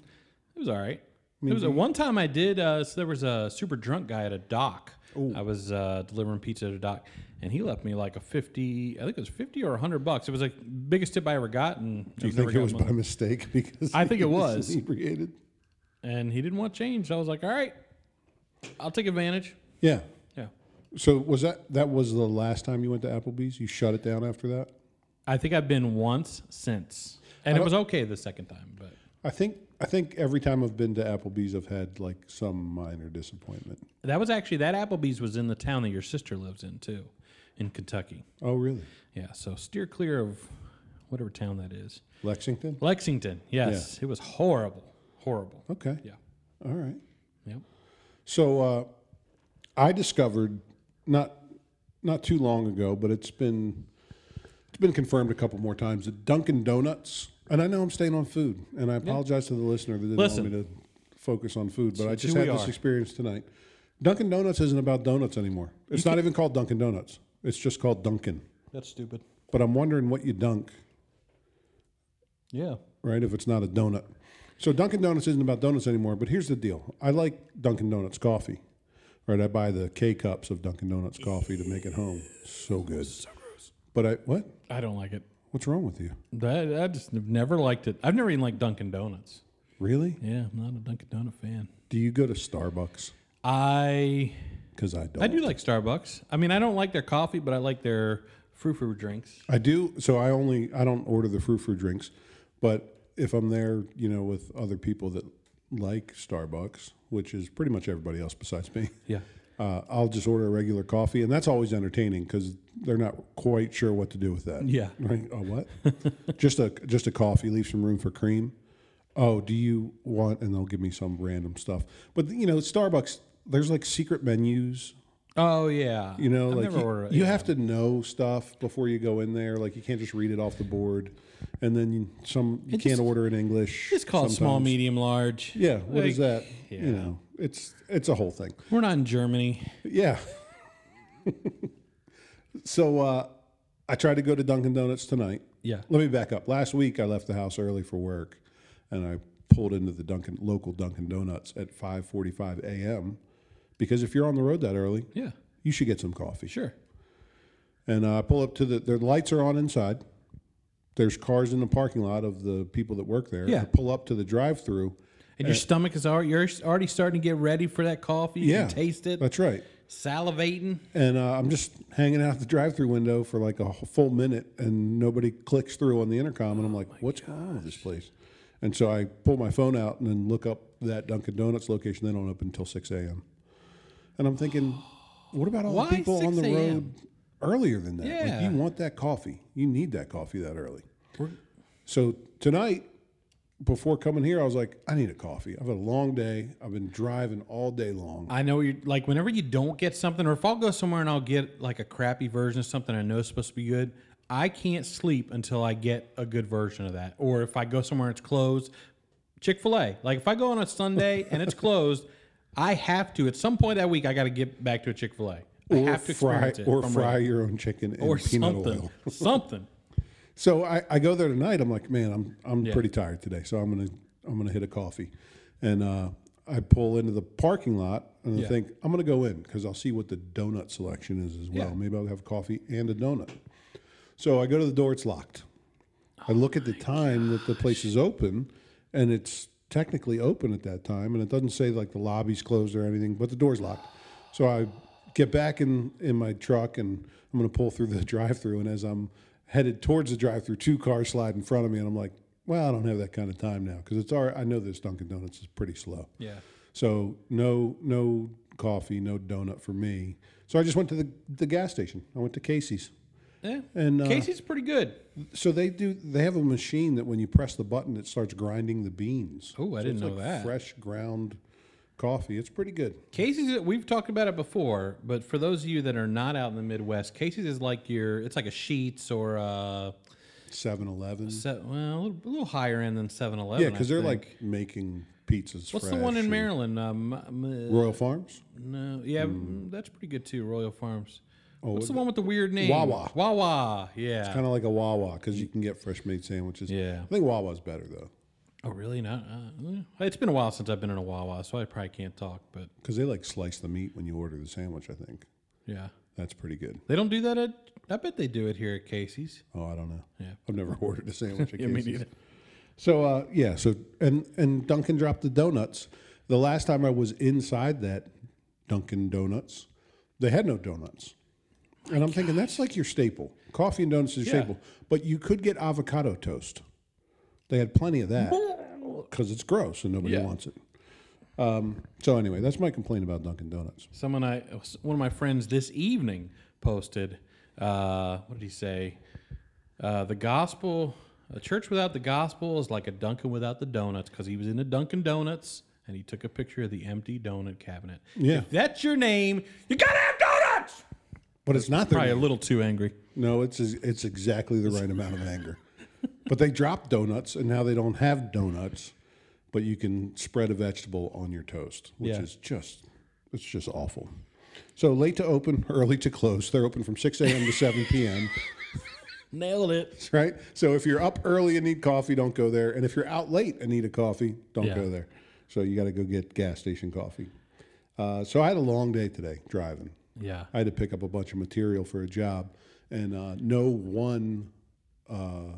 S9: It was all right. It was a, one time I did. Uh, so there was a super drunk guy at a dock I was uh, delivering pizza to Doc, and he left me like a fifty. I think it was fifty or hundred bucks. It was like biggest tip I ever got, and
S8: Do you
S9: I've never
S8: think it was
S9: gotten
S8: by
S9: one.
S8: mistake? <laughs> Because
S9: I think it
S8: he
S9: was.
S8: inebriated.
S9: And he didn't want change. So I was like, all right, I'll take advantage.
S8: Yeah.
S9: Yeah,
S8: So was that that was the last time you went to Applebee's? You shut it down after that?
S9: I think I've been once since, and it was okay the second time, but.
S8: I think I think every time I've been to Applebee's, I've had like some minor disappointment.
S9: That was actually that Applebee's was in the town that your sister lives in too, in Kentucky.
S8: Oh, really?
S9: Yeah, so steer clear of whatever town that is.
S8: Lexington?
S9: Lexington. Yes, it was horrible, horrible.
S8: Okay.
S9: Yeah,
S8: All right.
S9: yeah.
S8: So uh, I discovered not not too long ago, but it's been it's been confirmed a couple more times that Dunkin' Donuts, and I know I'm staying on food, and I apologize to the listener that didn't
S9: Listen.
S8: want me to focus on food, but I
S9: It's
S8: just
S9: who
S8: had
S9: we
S8: this
S9: are.
S8: experience tonight. Dunkin' Donuts isn't about donuts anymore. It's not even called Dunkin' Donuts. It's just called Dunkin'.
S9: That's stupid.
S8: But I'm wondering what you dunk,
S9: Yeah.
S8: right? If it's not a donut. So Dunkin' Donuts isn't about donuts anymore. But here's the deal: I like Dunkin' Donuts coffee. Right, I buy the K cups of Dunkin' Donuts coffee to make it home. So good. So gross. But I what?
S9: I don't like it.
S8: What's wrong with you?
S9: That I just have never liked it. I've never even liked Dunkin' Donuts.
S8: Really?
S9: Yeah, I'm not a Dunkin' Donut fan.
S8: Do you go to Starbucks?
S9: I
S8: Because I don't.
S9: I do like Starbucks. I mean, I don't like their coffee, but I like their frou frou drinks.
S8: I do. So I only I don't order the frou frou drinks, but if I'm there, you know, with other people that like Starbucks, which is pretty much everybody else besides me.
S9: Yeah.
S8: Uh, I'll just order a regular coffee, and that's always entertaining because they're not quite sure what to do with that.
S9: Yeah.
S8: Right. Oh, what? <laughs> just a just a coffee. Leave some room for cream. Oh, do you want? And they'll give me some random stuff. But you know, Starbucks, there's like secret menus.
S9: Oh yeah.
S8: You know,
S9: I've
S8: like
S9: never
S8: you,
S9: ordered-
S8: you
S9: yeah.
S8: have to know stuff before you go in there. Like you can't just read it off the board, and then you, some you can't
S9: just-
S8: order in English.
S9: Just call it small,
S8: sometimes.
S9: medium, large.
S8: Yeah. What is
S9: Like,
S8: that? You know, it's it's a whole thing.
S9: We're not in Germany.
S8: Yeah. <laughs> so uh, I tried to go to Dunkin' Donuts tonight.
S9: Yeah.
S8: Let me back up. Last week I left the house early for work, and I pulled into the Dunkin' local Dunkin' Donuts at 5:45 a.m. Because if you're on the road that early,
S9: Yeah.
S8: you should get some coffee.
S9: Sure.
S8: And uh, I pull up to the their lights are on inside. There's cars in the parking lot of the people that work there.
S9: Yeah.
S8: I pull up to the drive-through.
S9: And your stomach is already you're already starting to get ready for that coffee. You
S8: Yeah.
S9: can taste it,
S8: That's right.
S9: salivating.
S8: and uh, I'm just hanging out the drive-through window for like a whole- full minute, and nobody clicks through on the intercom,
S9: Oh
S8: and I'm like, "What's going on with this place?" And so I pull my phone out and then look up that Dunkin' Donuts location. They don't open until 6 a.m. And I'm
S9: <gasps>
S8: thinking, what about all
S9: Why
S8: the people on
S9: 6
S8: the
S9: a.m.?
S8: road earlier than that?
S9: Yeah.
S8: Like, you want that coffee. You need that coffee that early. So tonight, before coming here, I was like, I need a coffee. I've had a long day. I've been driving all day long.
S9: I know you like whenever you don't get something, or if I'll go somewhere and I'll get like a crappy version of something I know is supposed to be good. I can't sleep until I get a good version of that. Or if I go somewhere and it's closed, Chick Fil A. Like if I go on a Sunday
S8: <laughs>
S9: and it's closed, I have to at some point that week I got to get back to a Chick Fil A. I have to
S8: fry
S9: experience it
S8: or
S9: from
S8: fry
S9: right-
S8: your own chicken in
S9: or
S8: peanut
S9: something,
S8: oil.
S9: <laughs> something.
S8: So I, I go there tonight. I'm like, man, I'm I'm pretty tired today, so I'm gonna I'm gonna hit a coffee, and uh, I pull into the parking lot and I
S9: Yeah.
S8: think I'm gonna go in because I'll see what the donut selection is as well.
S9: Yeah.
S8: Maybe I'll have coffee and a donut. So I go to the door. It's locked. I look at the time that the place is open, and it's technically open at that time, and it doesn't say like the lobby's closed or anything, but the door's locked. So I get back in in my truck, and I'm going to pull through the <laughs> drive-through. And as I'm headed towards the drive-through, two cars slide in front of me, and I'm like, "Well, I don't have that kind of time now because it's all right. I know this Dunkin' Donuts is pretty slow.
S9: Yeah.
S8: So no no coffee, no donut for me. So I just went to the the gas station. I went to Casey's.
S9: Yeah.
S8: And, uh,
S9: Casey's pretty good.
S8: So they do. They have a machine that when you press the button, it starts grinding the beans.
S9: Oh, I
S8: So
S9: didn't
S8: it's
S9: know
S8: like
S9: that.
S8: Fresh ground coffee. It's pretty good.
S9: Casey's we've talked about it before, but for those of you that are not out in the Midwest, Casey's is like your it's like a Sheets or a,
S8: 7-Eleven.
S9: se- well, a little, a little higher end than 7-Eleven.
S8: Yeah, because
S9: I
S8: they're
S9: think.
S8: like making pizzas.
S9: what's the
S8: fresh
S9: one in
S8: and-
S9: Maryland? Um, um, uh,
S8: Royal Farms.
S9: no, yeah, mm, that's pretty good too. Royal Farms. what's the
S8: Oh, it-
S9: one with the weird name?
S8: Wawa.
S9: Wawa. Yeah.
S8: Kind of like a Wawa because you can get fresh made sandwiches.
S9: Mm. Yeah.
S8: I think Wawa's better though.
S9: Oh, really? Not. Uh, eh. it's been a while since I've been in a Wawa, so I probably can't talk. But
S8: because they like slice the meat when you order the sandwich. I think
S9: yeah,
S8: that's pretty good.
S9: they don't do that at. I bet they do it here at Casey's.
S8: Oh, I don't know.
S9: Yeah.
S8: I've never <laughs> ordered a
S9: <laughs>
S8: sandwich. At
S9: Yeah, me
S8: Casey's.
S9: neither.
S8: So uh, yeah, so and and Dunkin' dropped the donuts. The last time I was inside that Dunkin' Donuts, they had no donuts, and I'm thinking that's like your staple. Coffee and donuts is your
S9: Yeah.
S8: staple, but you could get avocado toast. They had plenty of that because it's gross and nobody
S9: Yeah.
S8: wants it. Um, so anyway, that's my complaint about Dunkin' Donuts.
S9: Someone I, one of my friends this evening posted. Uh, what did he say? Uh, the gospel, a church without the gospel is like a Dunkin' without the donuts, because he was in a Dunkin' Donuts and he took a picture of the empty donut cabinet.
S8: Yeah.
S9: if that's your name. You gotta have donuts.
S8: But it's not their
S9: Probably a
S8: name.
S9: little too angry.
S8: No, it's it's exactly the right amount of
S9: <laughs>
S8: anger. But they dropped donuts, and now they don't have donuts. But you can spread a vegetable on your toast, which
S9: Yeah.
S8: is just it's just awful. So late to open, early to close. They're open from six a.m. to seven
S9: <laughs>
S8: p.m.
S9: Nailed it.
S8: <laughs> Right. So if you're up early and need coffee, don't go there. And if you're out late and need a coffee, don't
S9: Yeah.
S8: go there. So you got to go get gas station coffee. Uh, so I had a long day today driving.
S9: Yeah.
S8: I had to pick up a bunch of material for a job, and uh, no one, uh,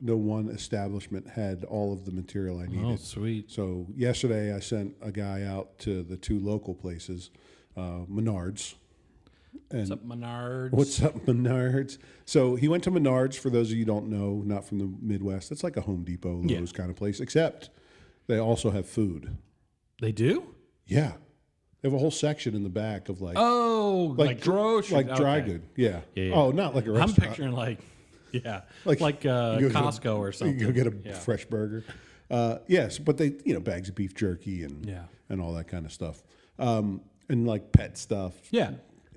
S8: no one establishment had all of the material I needed.
S9: Oh, sweet.
S8: So yesterday, I sent a guy out to the two local places, uh, Menards.
S9: What's up, Menards?
S8: What's up, Menards? So he went to Menards. For those of you who don't know, not from the Midwest, it's like a Home Depot, Lowe's
S9: Yeah.
S8: kind of place, except they also have food.
S9: they do?
S8: Yeah, they have a whole section in the back of like
S9: Oh, like,
S8: dr-
S9: groceries,
S8: like dry
S9: okay.
S8: good. Yeah.
S9: Yeah, yeah.
S8: Oh, not like a
S9: I'm
S8: restaurant.
S9: picturing like, yeah, like, uh,
S8: you go get a-
S9: Costco or something.
S8: You go get a
S9: Yeah.
S8: fresh burger. Uh, yes, but they you know bags of beef jerky and
S9: Yeah.
S8: and all that kind of stuff, um, and like pet stuff.
S9: Yeah,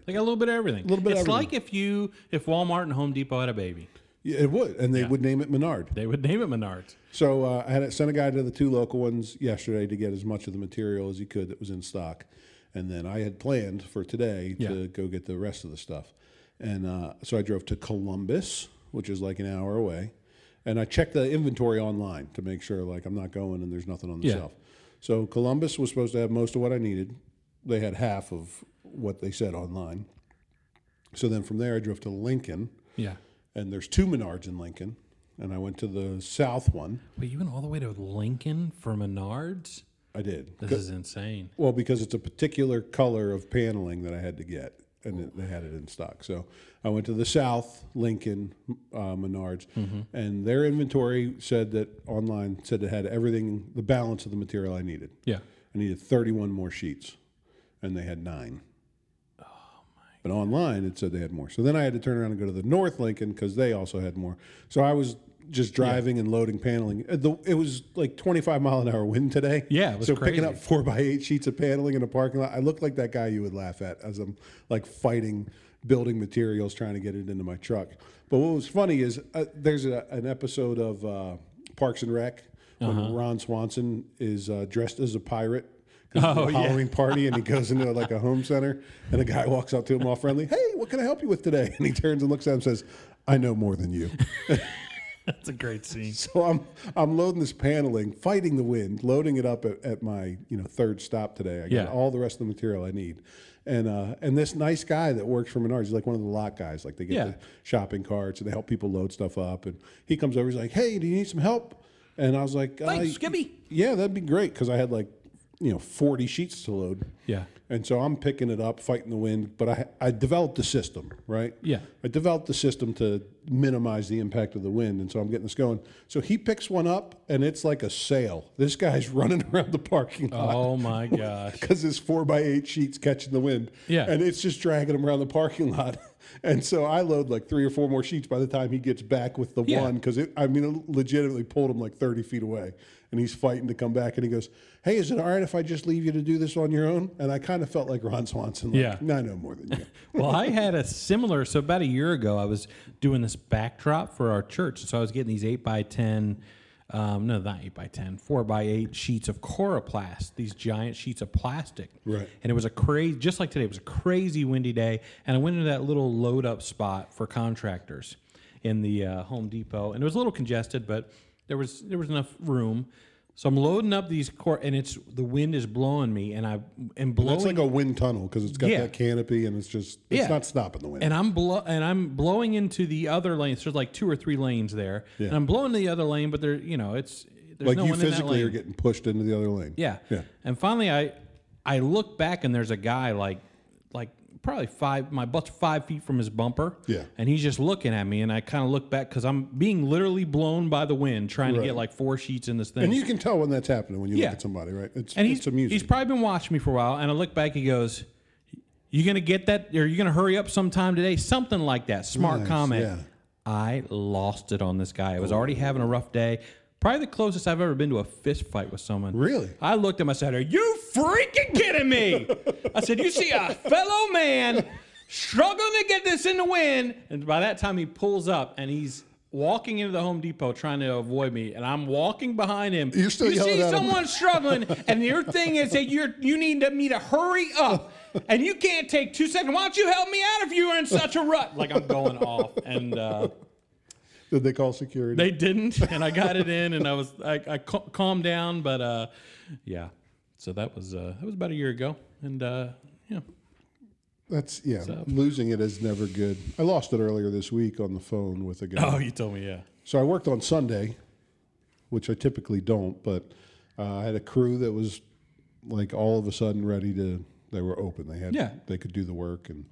S9: they got a little bit of everything. A
S8: Little bit of
S9: It's like if you, if Walmart and Home Depot had a baby,
S8: Yeah, it would, and they would name it Menard.
S9: they would name it Menards.
S8: So uh, I had sent a guy to the two local ones yesterday to get as much of the material as he could that was in stock, and then I had planned for today
S9: Yeah.
S8: to go get the rest of the stuff, and uh, so I drove to Columbus, which is like an hour away, and I checked the inventory online to make sure like I'm not going and there's nothing on the
S9: Yeah.
S8: shelf. So Columbus was supposed to have most of what I needed. They had half of what they said online. So then from there I drove to Lincoln,
S9: Yeah.
S8: and there's two Menards in Lincoln, and I went to the south one.
S9: Wait, you went all the way to Lincoln for Menards?
S8: I did.
S9: This is insane.
S8: Well, because it's a particular color of paneling that I had to get, and it, they had it in stock. So I went to the South Lincoln uh, Menards,
S9: Mm-hmm.
S8: and their inventory said that online said it had everything, the balance of the material I needed.
S9: Yeah.
S8: I needed 31 more sheets, and they had nine.
S9: Oh,
S8: But online, it said they had more. So then I had to turn around and go to the North Lincoln because they also had more. So I was just driving and loading paneling. Uh, the- It was like 25 mile an hour wind today.
S9: Yeah, it was
S8: so picking
S9: crazy.
S8: up four by eight sheets of paneling in a parking lot. I looked like that guy you would laugh at as I'm like fighting building materials trying to get it into my truck. But what was funny is uh, there's a, an episode of uh, Parks and Rec when
S9: Uh-huh.
S8: Ron Swanson is uh, dressed as a pirate. 'cause it's
S9: Oh,
S8: a
S9: yeah. <laughs>
S8: Halloween party, and he goes into like a home center, and a guy walks up to him all friendly. Hey, what can I help you with today? And he turns and looks at him and says, "I know more than you."
S9: <laughs> That's a great scene.
S8: <laughs> So I'm I'm loading this paneling, fighting the wind, loading it up at, at my you know third stop today. I got
S9: Yeah.
S8: all the rest of the material I need, and uh, and this nice guy that works for Menards, he's like one of the lot guys. Like they get
S9: Yeah.
S8: the shopping carts and they help people load stuff up. And he comes over, he's like, "Hey, do you need some help?" And I was like,
S9: Thanks,
S8: uh,
S9: Skippy."
S8: Yeah, that'd be great because I had like you know 40 sheets to load.
S9: Yeah.
S8: And so I'm picking it up, fighting the wind, but I, I developed a system, right?
S9: Yeah.
S8: I developed the system to minimize the impact of the wind, and so I'm getting this going. So he picks one up, and it's like a sail. This guy's <laughs> running around the parking lot.
S9: Oh my gosh.
S8: Because his four by eight sheets catching the wind,
S9: Yeah.
S8: and it's just dragging him around the parking lot, <laughs> and so I load like three or four more sheets by the time he gets back with the
S9: Yeah.
S8: one because it, I mean, it legitimately pulled him like thirty feet away, and he's fighting to come back, and he goes, "Hey, is it all right if I just leave you to do this on your own?" And I kind of felt like Ron Swanson, like,
S9: Yeah.
S8: I know more than you.
S9: well, I had a similar. So about a year ago, I was doing this backdrop for our church. So I was getting these eight by ten, um, no, not eight by ten, four by eight sheets of coroplast. These giant sheets of plastic.
S8: Right.
S9: And it was a crazy, just like today. It was a crazy windy day, and I went into that little load up spot for contractors in the uh, Home Depot, and it was a little congested, but there was there was enough room. So I'm loading up these cor and it's the wind is blowing me, and I am blowing.
S8: That's like a wind tunnel because it's got
S9: Yeah.
S8: that canopy and it's just it's
S9: Yeah.
S8: not stopping the wind.
S9: and I'm blow and I'm blowing into the other lane. So there's like two or three lanes there, and I'm blowing to the other lane, but there, you know, it's there's
S8: like
S9: no
S8: you
S9: one in that
S8: physically
S9: lane.
S8: are getting pushed into the other lane.
S9: Yeah.
S8: Yeah.
S9: And finally, I I look back and there's a guy like like probably five my butt's five feet from his bumper.
S8: Yeah.
S9: And he's just looking at me, and I kind of look back because I'm being literally blown by the wind, trying to
S8: Right.
S9: get like four sheets in this thing.
S8: And you can tell when that's happening when you
S9: Yeah.
S8: look at somebody, right? It's
S9: And
S8: it's
S9: he's
S8: amusing.
S9: he's probably been watching me for a while, and I look back. He goes, "You gonna get that? Or you gonna hurry up sometime today? Something like that." Smart
S8: Nice,
S9: comment.
S8: yeah.
S9: I lost it on this guy. I was already having a rough day. Probably the closest I've ever been to a fist fight with someone.
S8: Really?
S9: I looked at him. I said, "Are you freaking kidding
S8: <laughs>
S9: me?" I said, "You see a fellow man struggling to get this in the wind," and by that time he pulls up and he's. Walking into the Home Depot trying to avoid me, and I'm walking behind him.
S8: You're still
S9: you
S8: yelling
S9: see
S8: at him.
S9: someone struggling, and your thing is that you're you need to, me to hurry up, and you can't take two seconds. Why don't you help me out if you are in such a rut? Like I'm going off, and uh,
S8: Did they call security?
S9: they didn't, and I got it in, and I was I, I ca- calmed down, but uh, yeah, so that was uh, that was about a year ago, and uh, yeah,
S8: that's yeah. Losing it is never good. I lost it earlier this week on the phone with a guy.
S9: oh, you told me, yeah,
S8: So I worked on Sunday, which I typically don't, but uh, I had a crew that was like all of a sudden ready to. They were open. They had
S9: Yeah.
S8: they could do the work and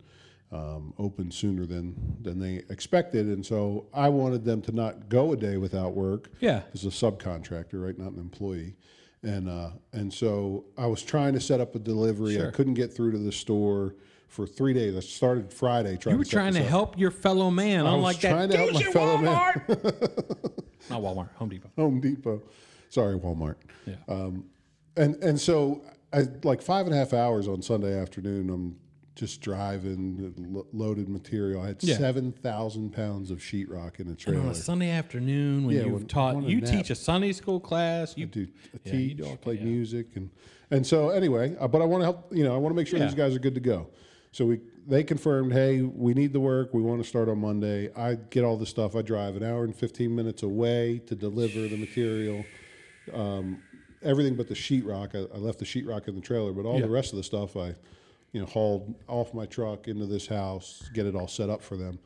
S8: um, open sooner than than they expected. And so I wanted them to not go a day without work.
S9: Yeah.
S8: as a subcontractor, right, not an employee. And uh, and so I was trying to set up a delivery. I couldn't get through to the store for three days. I started Friday trying.
S9: you were
S8: to set
S9: trying
S8: this
S9: to
S8: up.
S9: help your fellow man,
S8: was
S9: unlike
S8: trying
S9: that
S8: to help my
S9: douche at
S8: fellow man.
S9: Walmart,
S8: <laughs>
S9: not Walmart, Home Depot.
S8: Home Depot. Sorry, Walmart.
S9: Yeah.
S8: Um, and and so I like five and a half hours on Sunday afternoon. I'm just driving lo- loaded material. I had
S9: Yeah.
S8: seven thousand pounds of sheetrock in a trailer.
S9: On a Sunday afternoon when
S8: Yeah,
S9: you've
S8: when- I
S9: taught,
S8: want a
S9: you
S8: nap.
S9: teach a Sunday school class. You
S8: do I
S9: Yeah, you
S8: teach,
S9: do all-
S8: play
S9: yeah.
S8: music, and and so anyway, uh, but I want to help. You know, I want to make sure
S9: Yeah.
S8: these guys are good to go. So we they confirmed, hey, we need the work. We want to start on Monday. I get all the stuff. I drive an hour and fifteen minutes away to deliver the material. Um, everything but the sheetrock. I, I left the sheetrock in the trailer, but all the
S9: Yeah.
S8: rest of the stuff I, you know, hauled off my truck into this house, get it all set up for them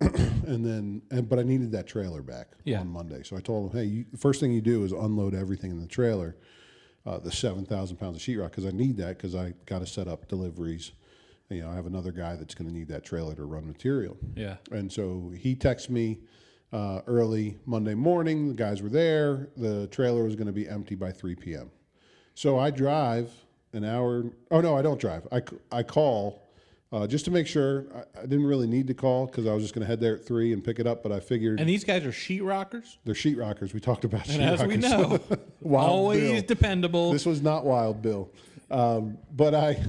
S8: and then and but I needed that trailer back
S9: Yeah.
S8: on Monday. So I told him, hey, you, the first thing you do is unload everything in the trailer, uh, the seven thousand pounds of sheetrock, because I need that because I got to set up deliveries. You know, I have another guy that's going to need that trailer to run material.
S9: Yeah.
S8: And so he texts me uh, early Monday morning. The guys were there. The trailer was going to be empty by 3 p.m. So I drive an hour. Oh, no, I don't drive. I, c- I call uh, just to make sure. I, I didn't really need to call because I was just going to head there at 3 and pick it up. But I figured
S9: and these guys are sheetrockers.
S8: they're sheetrockers. We talked about
S9: And as
S8: sheetrockers.
S9: we know,
S8: <laughs> Wild
S9: always
S8: Bill.
S9: dependable.
S8: This was not Wild Bill. Um, but I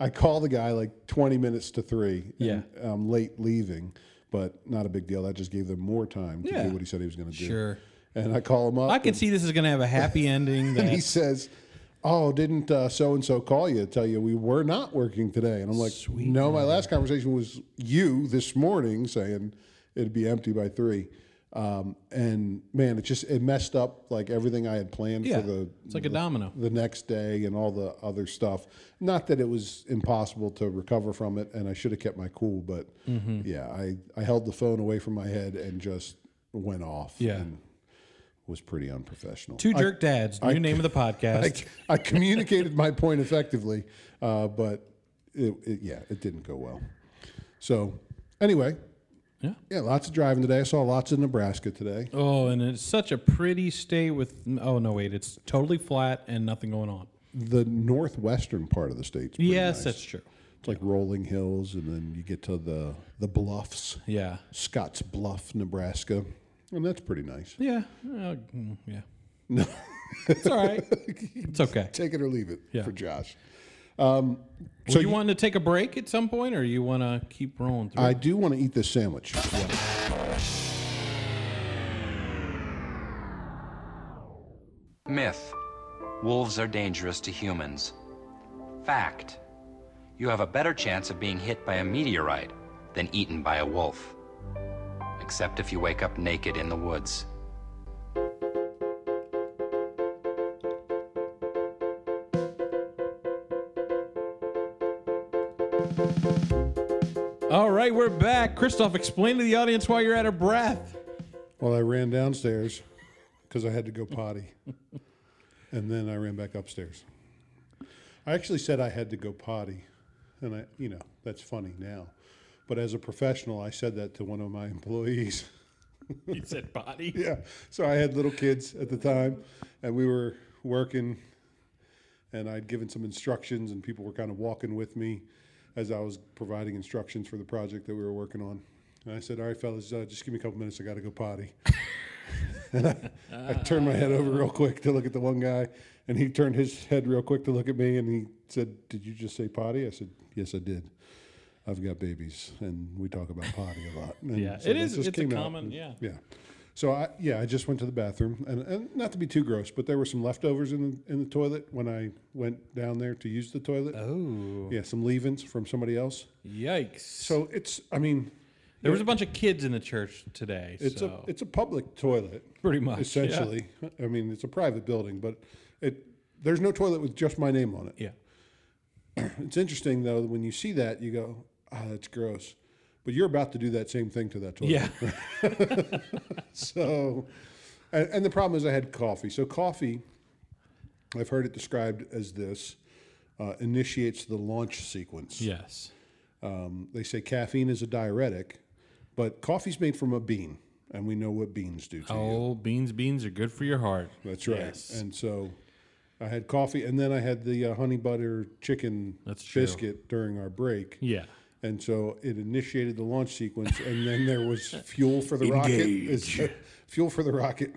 S8: I call the guy like 20 minutes to three.
S9: Yeah.
S8: And I'm late leaving, but not a big deal. That just gave them more time to
S9: Yeah.
S8: do what he said he was going to do.
S9: Sure.
S8: And I call him up.
S9: I can
S8: and-
S9: see this is going to have
S8: <laughs>
S9: a happy ending.
S8: And he
S9: That,
S8: says, Oh, didn't so and so call you to tell you we were not working today? And I'm like, No, my last conversation was you this morning saying it'd be empty by three. Um, and man, it just it messed up like everything I had planned
S9: Yeah.
S8: for the
S9: It's like a domino.
S8: the next day and all the other stuff. Not that it was impossible to recover from it, and I should have kept my cool, but
S9: Mm-hmm.
S8: yeah, I, I held the phone away from my head and just went off.
S9: Yeah.
S8: and was pretty unprofessional.
S9: two
S8: I-
S9: jerk dads. New name of the
S8: <laughs> I,
S9: podcast.
S8: I communicated my point effectively, uh, but it, it, yeah, it didn't go well. So anyway,
S9: Yeah.
S8: yeah, lots of driving today. I saw lots of Nebraska today.
S9: oh, and it's such a pretty state with. Oh no, wait, it's totally flat and nothing going on.
S8: The northwestern part of the state's pretty
S9: yes,
S8: nice.
S9: that's true.
S8: It's like rolling hills, and then you get to the the bluffs,
S9: Yeah,
S8: Scotts Bluff, Nebraska, and that's pretty nice. <laughs>
S9: yeah, uh, mm, yeah. No, it's all right.
S8: <laughs>
S9: It's okay.
S8: Take it or leave it
S9: Yeah.
S8: for Josh.
S9: So you, wanting to take a break at some point, or you want to keep rolling through?
S8: I do want to eat this sandwich.
S10: Myth Wolves are dangerous to humans. Fact You have a better chance of being hit by a meteorite than eaten by a wolf. Except if you wake up naked in the woods.
S9: All right, we're back. Christoph, explain to the audience why you're out of breath. <laughs>
S8: Well, I ran downstairs because I had to go potty. and then I ran back upstairs. I actually said I had to go potty. And I, you know, that's funny now. But as a professional, I said that to one of my employees.
S9: You said body.
S8: <laughs> yeah. So I had little kids at the time, and we were working, and I'd given some instructions, and people were kind of walking with me as I was providing instructions for the project that we were working on. And I said, "All right, fellas, uh, just give me a couple minutes. I got to go potty." and I, I turned my head over real quick to look at the one guy, and he turned his head real quick to look at me, and he said, "Did you just say potty?" I said, "Yes, I did." I've got babies, and we talk about potty a lot. And
S9: Yeah,
S8: so
S9: it
S8: that
S9: is-
S8: just
S9: it's a
S8: came out.
S9: common- yeah.
S8: Yeah. So I yeah, I just went to the bathroom and, and not to be too gross, but there were some leftovers in the in the toilet when I went down there to use the toilet.
S9: Oh.
S8: Yeah, some leave-ins from somebody else.
S9: Yikes.
S8: So it's I mean,
S9: there was a bunch of kids in the church today.
S8: it's
S9: so.
S8: a it's a public toilet.
S9: Pretty much, yeah.
S8: Essentially. I mean, it's a private building, but it there's no toilet with just my name on it. <laughs>
S9: yeah.
S8: It's interesting though when you see that you go, "Ah, that's gross." But you're about to do that same thing to that toilet.
S9: Yeah.
S8: So, and, and the problem is I had coffee. So coffee, I've heard it described as this, uh, initiates the launch sequence.
S9: yes.
S8: Um, they say caffeine is a diuretic, but coffee's made from a bean, and we know what beans do to you.
S9: Oh, beans, beans are good for your heart.
S8: That's right.
S9: Yes.
S8: And so, I had coffee, and then I had the uh, honey butter chicken
S9: That's true.
S8: biscuit during our break.
S9: yeah.
S8: And so it initiated the launch sequence, and then there was fuel for the rocket. Is- <laughs> fuel for the rocket.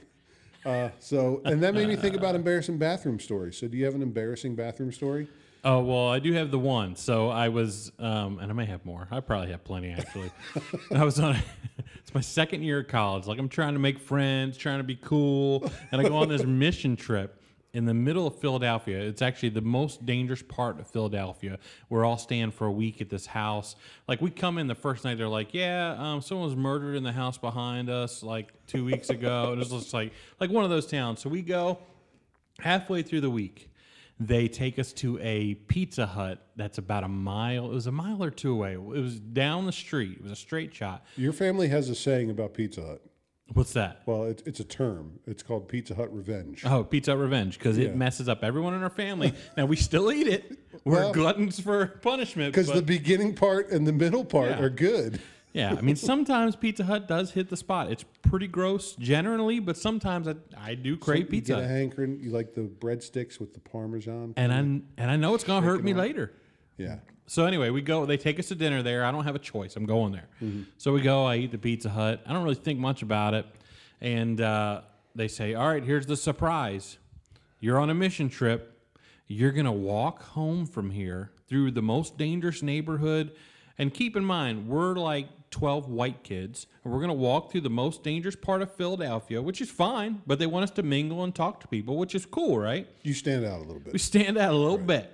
S8: Uh, so, and that made me think about embarrassing bathroom stories. So, do you have an embarrassing bathroom story?
S9: Oh well, I do have the one. So I was, um, and I may have more. I probably have plenty actually. <laughs> I was on. <laughs> it's my second year of college. Like I'm trying to make friends, trying to be cool, and I go on this mission trip in the middle of Philadelphia. It's actually the most dangerous part of Philadelphia. We're all staying for a week at this house. Like we come in the first night, they're like, "Yeah, um, someone was murdered in the house behind us like two weeks ago." And it's just like like one of those towns. So we go halfway through the week they take us to a pizza hut that's about a mile it was a mile or two away it was down the street it was a straight shot
S8: Your family has a saying about Pizza Hut.
S9: what's that
S8: Well, it, it's a term. It's called Pizza Hut revenge.
S9: oh pizza Hut revenge because
S8: Yeah.
S9: it messes up everyone in
S8: <laughs>
S9: our family now we still eat it we're
S8: Well,
S9: gluttons for punishment
S8: Because the
S9: but-
S8: beginning part and the middle part
S9: Yeah.
S8: are good.
S9: yeah i mean sometimes pizza hut does hit the spot it's pretty gross generally but sometimes i, I do crave pizza
S8: You get a
S9: Hut.
S8: hankering. You like the breadsticks with the parmesan.
S9: and i and i know it's gonna hurt me later
S8: yeah.
S9: So anyway, we go. They take us to dinner there. I don't have a choice. I'm going there. So we go. I eat the Pizza Hut. I don't really think much about it. And uh, they say, "All right, here's the surprise. You're on a mission trip. You're gonna walk home from here through the most dangerous neighborhood. And keep in mind, we're like 12 white kids, and we're gonna walk through the most dangerous part of Philadelphia, which is fine. But they want us to mingle and talk to people, which is cool, right?
S8: You stand out a little
S9: We
S8: bit.
S9: stand out a little bit.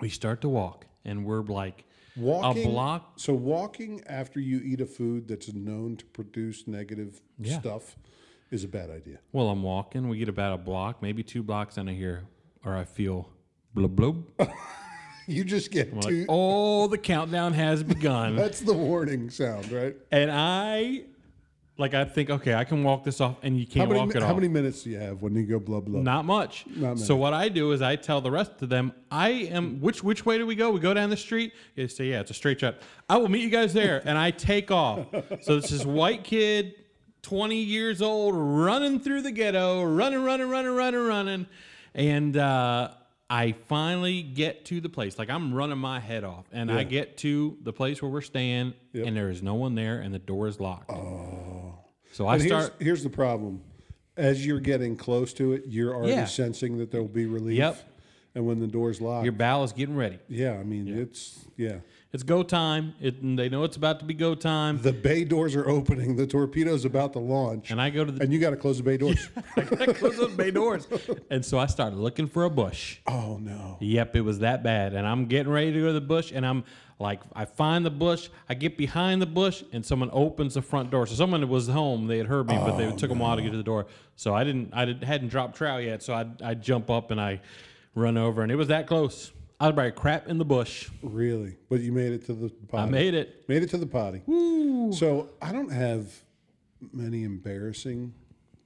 S9: We start to walk, and we're like
S8: Walking.
S9: a block.
S8: So walking after you eat a food that's known to produce negative
S9: Yeah.
S8: stuff is a bad idea.
S9: Well, I'm walking. We get about a block, maybe two blocks, and I hear or I feel blub blub.
S8: You just get <laughs>
S9: I'm
S8: two.
S9: like, oh, the countdown has
S8: <laughs>
S9: begun,
S8: That's the warning sound, right?
S9: and I like I think okay, I can walk this off, and you
S8: How
S9: can't
S8: many,
S9: walk
S8: mi-
S9: it
S8: how
S9: off.
S8: many minutes do you have when you go blah blah?
S9: Not much.
S8: Not
S9: so
S8: many.
S9: what I do is I tell the rest of them, I am which which way do we go? We go down the street. They say, yeah, it's a straight shot. I will meet you guys there, and I take off. So this is white kid, twenty years old, running through the ghetto, running, running, running, running, running, and uh, I finally get to the place. Like I'm running my head off, and I get to the place where we're staying, and there is no one there, and the door is locked. Oh. So I
S8: And here's,
S9: start.
S8: here's the problem: as you're getting close to it, you're already
S9: Yeah.
S8: sensing that there will be relief.
S9: Yep.
S8: And when the door's locked,
S9: Your bowel is getting ready.
S8: yeah, I mean it's yeah.
S9: It's go time. It, and they know it's about to be go time.
S8: The bay doors are opening. The torpedo's about to launch,
S9: and I go to the
S8: and you got to close the bay doors. <laughs>
S9: I close those bay doors. <laughs> And so I started looking for a bush.
S8: oh no!
S9: Yep, it was that bad. And I'm getting ready to go to the bush, and I'm like, I find the bush, I get behind the bush, and someone opens the front door. So someone was home. They had heard me, but they
S8: Oh,
S9: it took them a while to get to the door. So I didn't, I didn't, hadn't dropped trowel yet. So I, I jump up and I run over, and it was that close. I'd buy crap in the bush.
S8: Really? But you made it to the potty.
S9: I made it.
S8: Made it to the potty. So I don't have many embarrassing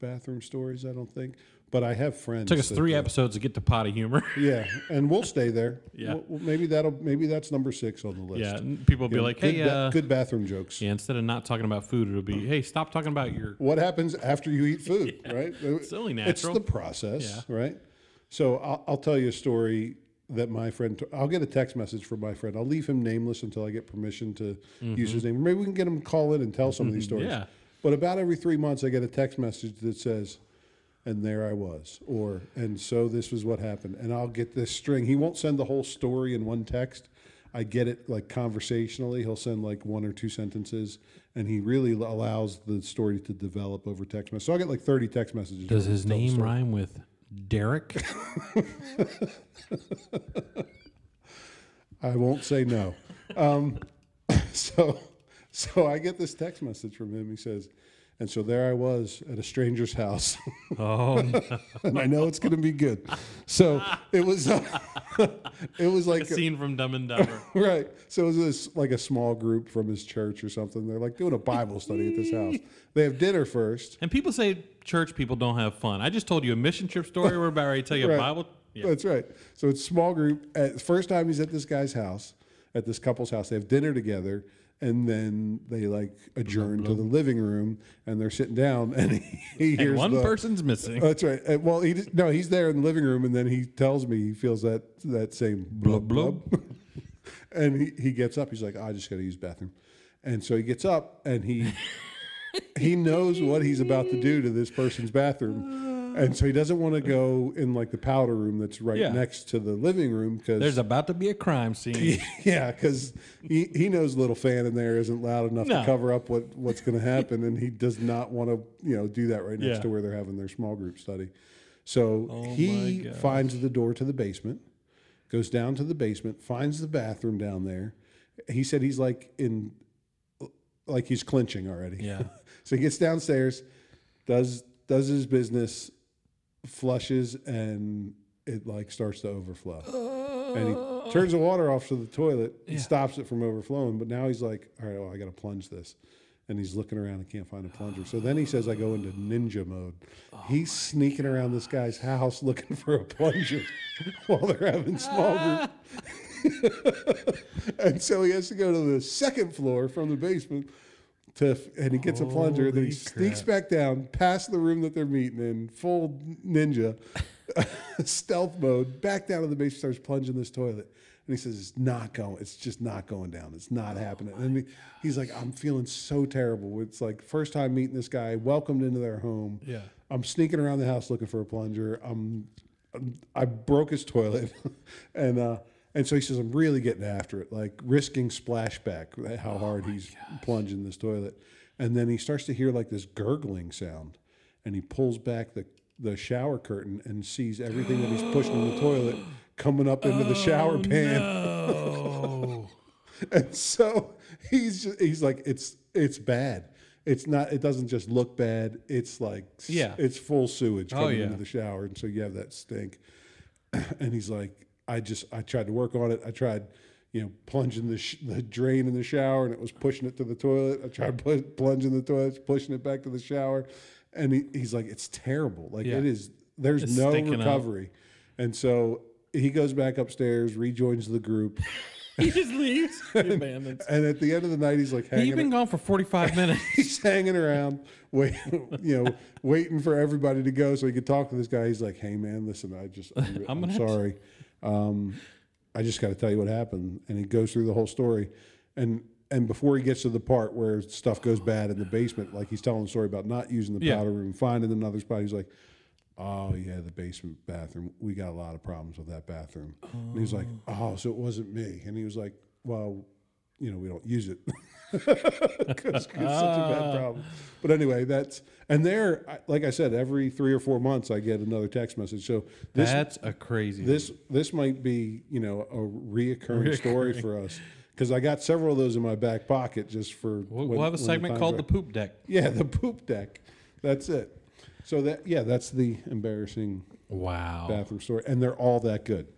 S8: bathroom stories, I don't think. But I have friends.
S9: Took us
S8: that-
S9: three episodes to get to potty humor. <laughs>
S8: Yeah, and we'll stay there.
S9: Yeah.
S8: We'll- we'll- maybe that'll maybe that's number six on the list.
S9: yeah, and people will be
S8: You know,
S9: like,
S8: good,
S9: "Hey,
S8: ba-
S9: uh,
S8: good bathroom jokes.
S9: yeah." Instead of not talking about food, it'll be, "Hey, stop talking about your."
S8: What happens after you eat
S9: <laughs>
S8: food, right? It's
S9: only natural.
S8: It's the process,
S9: Yeah.
S8: right? So I'll, I'll tell you a story that my friend. I'll get a text message from my friend. I'll leave him nameless until I get permission to use his name. Maybe we can get him to call in and tell some of these stories.
S9: Mm-hmm. Yeah.
S8: But about every three months, I get a text message that says, "And there I was," or "And so this was what happened." And I'll get this string. He won't send the whole story in one text. I get it like conversationally. He'll send like one or two sentences, and he really l- allows the story to develop over text message. So I get like thirty text messages.
S9: Does
S8: where
S9: his
S8: he's telling
S9: name
S8: stories.
S9: rhyme with Derek?
S8: I won't say no. Um, <laughs> so, so I get this text message from him. He says, and so there I was at a stranger's house, <laughs>
S9: oh,
S8: and I know it's going to be good. So it was, <laughs> uh, it was like
S9: <laughs> scene from Dumb and Dumber.
S8: right. So it was this, like a small group from his church or something. They're like doing a Bible study at this house. They have dinner first.
S9: And people say church people don't have fun. I just told you a mission trip story. We're about ready to tell you a
S8: <laughs> Right.
S9: Bible. Yeah.
S8: That's right. So it's small group. At first time he's at this guy's house, at this couple's house. They have dinner together, and then they like adjourn to the living room, and they're sitting down, <laughs> and he, he hears
S9: And one
S8: the- Uh,
S9: person's missing.
S8: Oh, That's right. And, well, he just, no, he's there in the living room, and then he tells me he feels that that same blub blub, <laughs> and he, he gets up. He's like, I just got to use the bathroom, and so he gets up and he he knows what he's about to do to this person's bathroom, and so he doesn't want to go in like the powder room that's right
S9: Yeah.
S8: next to the living room because
S9: There's about to be a crime <laughs> scene.
S8: <laughs> yeah, because he, he knows little fan in there isn't loud enough
S9: No.
S8: to cover up what, what's going to happen, and he does not want to you know do that right next
S9: Yeah. Oh
S8: to where they're having their small group study. So he finds the door to the basement, goes down to the basement, finds the bathroom down there. He said he's like in like he's clinching already.
S9: Yeah.
S8: <laughs> so he gets downstairs, does does his business, flushes, and it like starts to overflow. and he turns the water off to the toilet and stops it from overflowing. But now he's like, all right, well, I got to plunge this. And he's looking around and can't find a plunger. So then he says, I go into ninja mode. he's sneaking around this guy's house looking for a plunger <laughs> while they're having small group. and so he has to go to the second floor from the basement to, and he gets a plunger. Then he sneaks back down past the room that they're meeting in, full ninja <laughs> stealth mode, back down to the basement, starts plunging this toilet. And he says, It's not going, it's just not going down. It's not happening. And he, he's like, I'm feeling so terrible. It's like first time meeting this guy, welcomed into their home.
S9: Yeah.
S8: I'm sneaking around the house looking for a plunger. I'm, I'm- i broke his toilet, <laughs> and uh, and so he says I'm really getting after it, like risking splashback. How hard he's plunging this toilet, and then he starts to hear like this gurgling sound, and he pulls back the the shower curtain and sees everything that he's pushing in the toilet coming up into the shower pan. And so he's just, he's like it's it's bad. It's not. It doesn't just look bad. It's like s-
S9: Yeah.
S8: It's full sewage
S9: Oh,
S8: coming
S9: yeah.
S8: into the shower, and so you have that stink. <clears throat> And he's like, I just I tried to work on it. I tried, you know, plunging the sh- the drain in the shower, and it was pushing it to the toilet. I tried pl- plunging the toilet, pushing it back to the shower, and he, he's like, it's terrible. Like
S9: Yeah.
S8: it is. There's
S9: It's
S8: no
S9: stinking up.
S8: recovery. And so he goes back upstairs, rejoins the group.
S9: he just
S8: <laughs>
S9: leaves. He abandons.
S8: And at the end of the night, he's like hanging.
S9: You've been gone for 45 minutes.
S8: <laughs> he's hanging around, wait, <laughs> you know, waiting for everybody to go so he could talk to this guy. He's like, "Hey, man, listen, I just, I'm,
S9: I'm
S8: I'm
S9: gonna have to-
S8: sorry. Um, I just got to tell you what happened." And he goes through the whole story, and and before he gets to the part where stuff goes bad in the basement, like he's telling the story about not using the
S9: Yeah.
S8: powder room, finding another spot, he's like. Oh yeah, the basement bathroom. We got a lot of problems with that bathroom. And he's like, "Oh, so it wasn't me." And he was like, "Well, you know, we don't use it <laughs> because it's such a
S9: Ah.
S8: bad problem. But anyway, that's and there, I- like I said, every three or four months I get another text message. So this
S9: That's a crazy.
S8: this this might be you know a reoccurring, story for us because I got several of those in my back pocket just for.
S9: we'll, we'll have a segment called the poop deck.
S8: <laughs> yeah the poop deck. That's it. So that yeah, that's the embarrassing
S9: Wow.
S8: bathroom story, and they're all that good.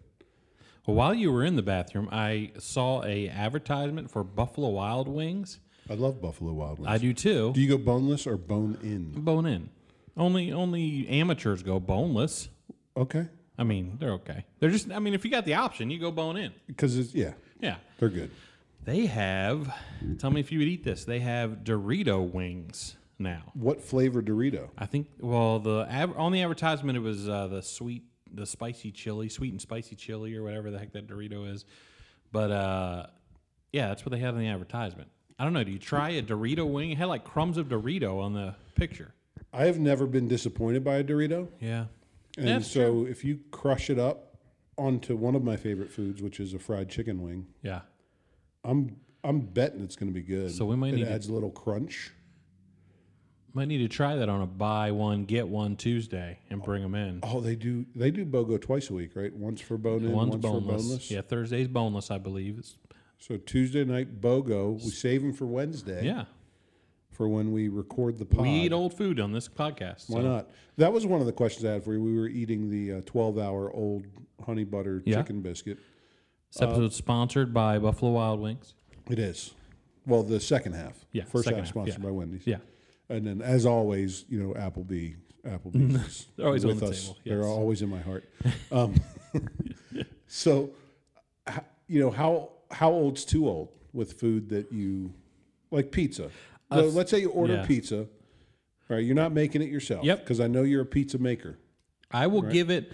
S9: Well, while you were in the bathroom, I saw a advertisement for Buffalo Wild Wings.
S8: I love Buffalo Wild Wings.
S9: I do too.
S8: Do you go boneless or bone in?
S9: bone in. Only only amateurs go boneless.
S8: Okay,
S9: I mean, they're okay. They're just I mean, if you got the option, you go bone in.
S8: because it's yeah,
S9: Yeah.
S8: they're good.
S9: They have tell me if you would eat this. They have Dorito wings now.
S8: What flavor Dorito?
S9: I think well, the ad- on the advertisement it was uh, the sweet the spicy chili, sweet and spicy chili or whatever the heck that Dorito is. But uh yeah, that's what they had in the advertisement. I don't know. Do you try a Dorito wing? It had like crumbs of Dorito on the picture.
S8: I have never been disappointed by a Dorito,
S9: Yeah.
S8: and
S9: That's
S8: so if you crush it up onto one of my favorite foods, which is a fried chicken wing,
S9: Yeah.
S8: I'm I'm betting it's going to be good.
S9: So we might
S8: it
S9: need to-
S8: adds a little crunch.
S9: Might need to try that on a buy one get one Tuesday and bring them in.
S8: Oh, they do they do bogo twice a week, right? Once for bone in,
S9: One's
S8: once for
S9: boneless.
S8: boneless.
S9: Yeah, Thursday's boneless, I believe. It's,
S8: So Tuesday night bogo, we save them for Wednesday
S9: yeah,
S8: for when we record the pod.
S9: we eat old food on this podcast.
S8: Why
S9: so-
S8: not? That was one of the questions I had for you. We were eating the uh, 12 hour old honey butter
S9: Yeah.
S8: chicken biscuit.
S9: This episode's sponsored by Buffalo Wild Wings.
S8: It is. Well, the second half.
S9: Yeah,
S8: First half
S9: second half,
S8: sponsored
S9: yeah.
S8: by Wendy's.
S9: Yeah,
S8: And then, as always, you know, Applebee,
S9: <laughs>
S8: Applebee's.
S9: They're always on
S8: with
S9: the
S8: us.
S9: table,
S8: They're
S9: yes.
S8: always in my
S9: <laughs>
S8: heart. Um, <laughs> so, h- you know, how how old's too old with food that you like pizza? So let's say you order
S9: Uh, yeah.
S8: pizza, right? You're not making it yourself.
S9: Yep.
S8: Because I know you're a pizza maker.
S9: I will give it.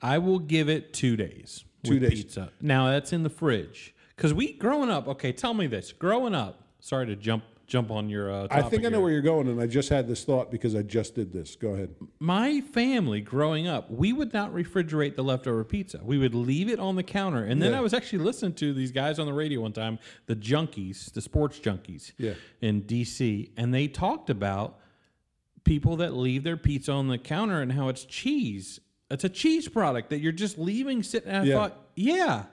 S9: I will give it two days.
S8: Two
S9: with
S8: days.
S9: Pizza. Now that's in the fridge because we growing up. Okay, tell me this. Growing up. Sorry to jump jump on your. Uh,
S8: I
S9: topic
S8: think I know
S9: here.
S8: where you're going, and I just had this thought because I just did this. Go ahead.
S9: my family growing up, we would not refrigerate the leftover pizza. We would leave it on the counter. And then
S8: Yeah.
S9: I was actually listening to these guys on the radio one time, the junkies, the sports junkies
S8: Yeah.
S9: in DC, and they talked about people that leave their pizza on the counter and how it's cheese. It's a cheese product that you're just leaving sitting. And I
S8: Yeah.
S9: thought, yeah.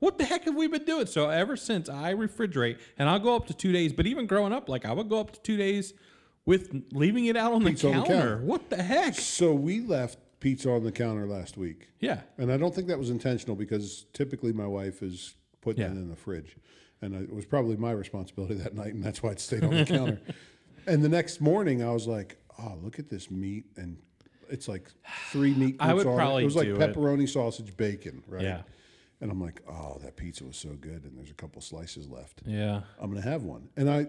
S9: What the heck have we been doing? So ever since I refrigerate, and I'll go up to two days. But even growing up, like I would go up to two days with leaving it out on
S8: Pizza
S9: the
S8: on the
S9: counter.
S8: counter.
S9: What the heck?
S8: So we left pizza on the counter last week,
S9: Yeah.
S8: and I don't think that was intentional because typically my wife is putting
S9: Yeah.
S8: it in the fridge, and it was probably my responsibility that night, and that's why it stayed on the
S9: <laughs>
S8: counter. And the next morning, I was like, "Oh, look at this meat!" and it's like three meat.
S9: <sighs> I
S8: groups
S9: would
S8: on it.
S9: probably
S8: It was like
S9: do it.
S8: pepperoni, sausage, bacon, right?
S9: Yeah.
S8: And I'm like, "Oh, that pizza was so good, and there's a couple slices left."
S9: Yeah.
S8: I'm going to have one. And I,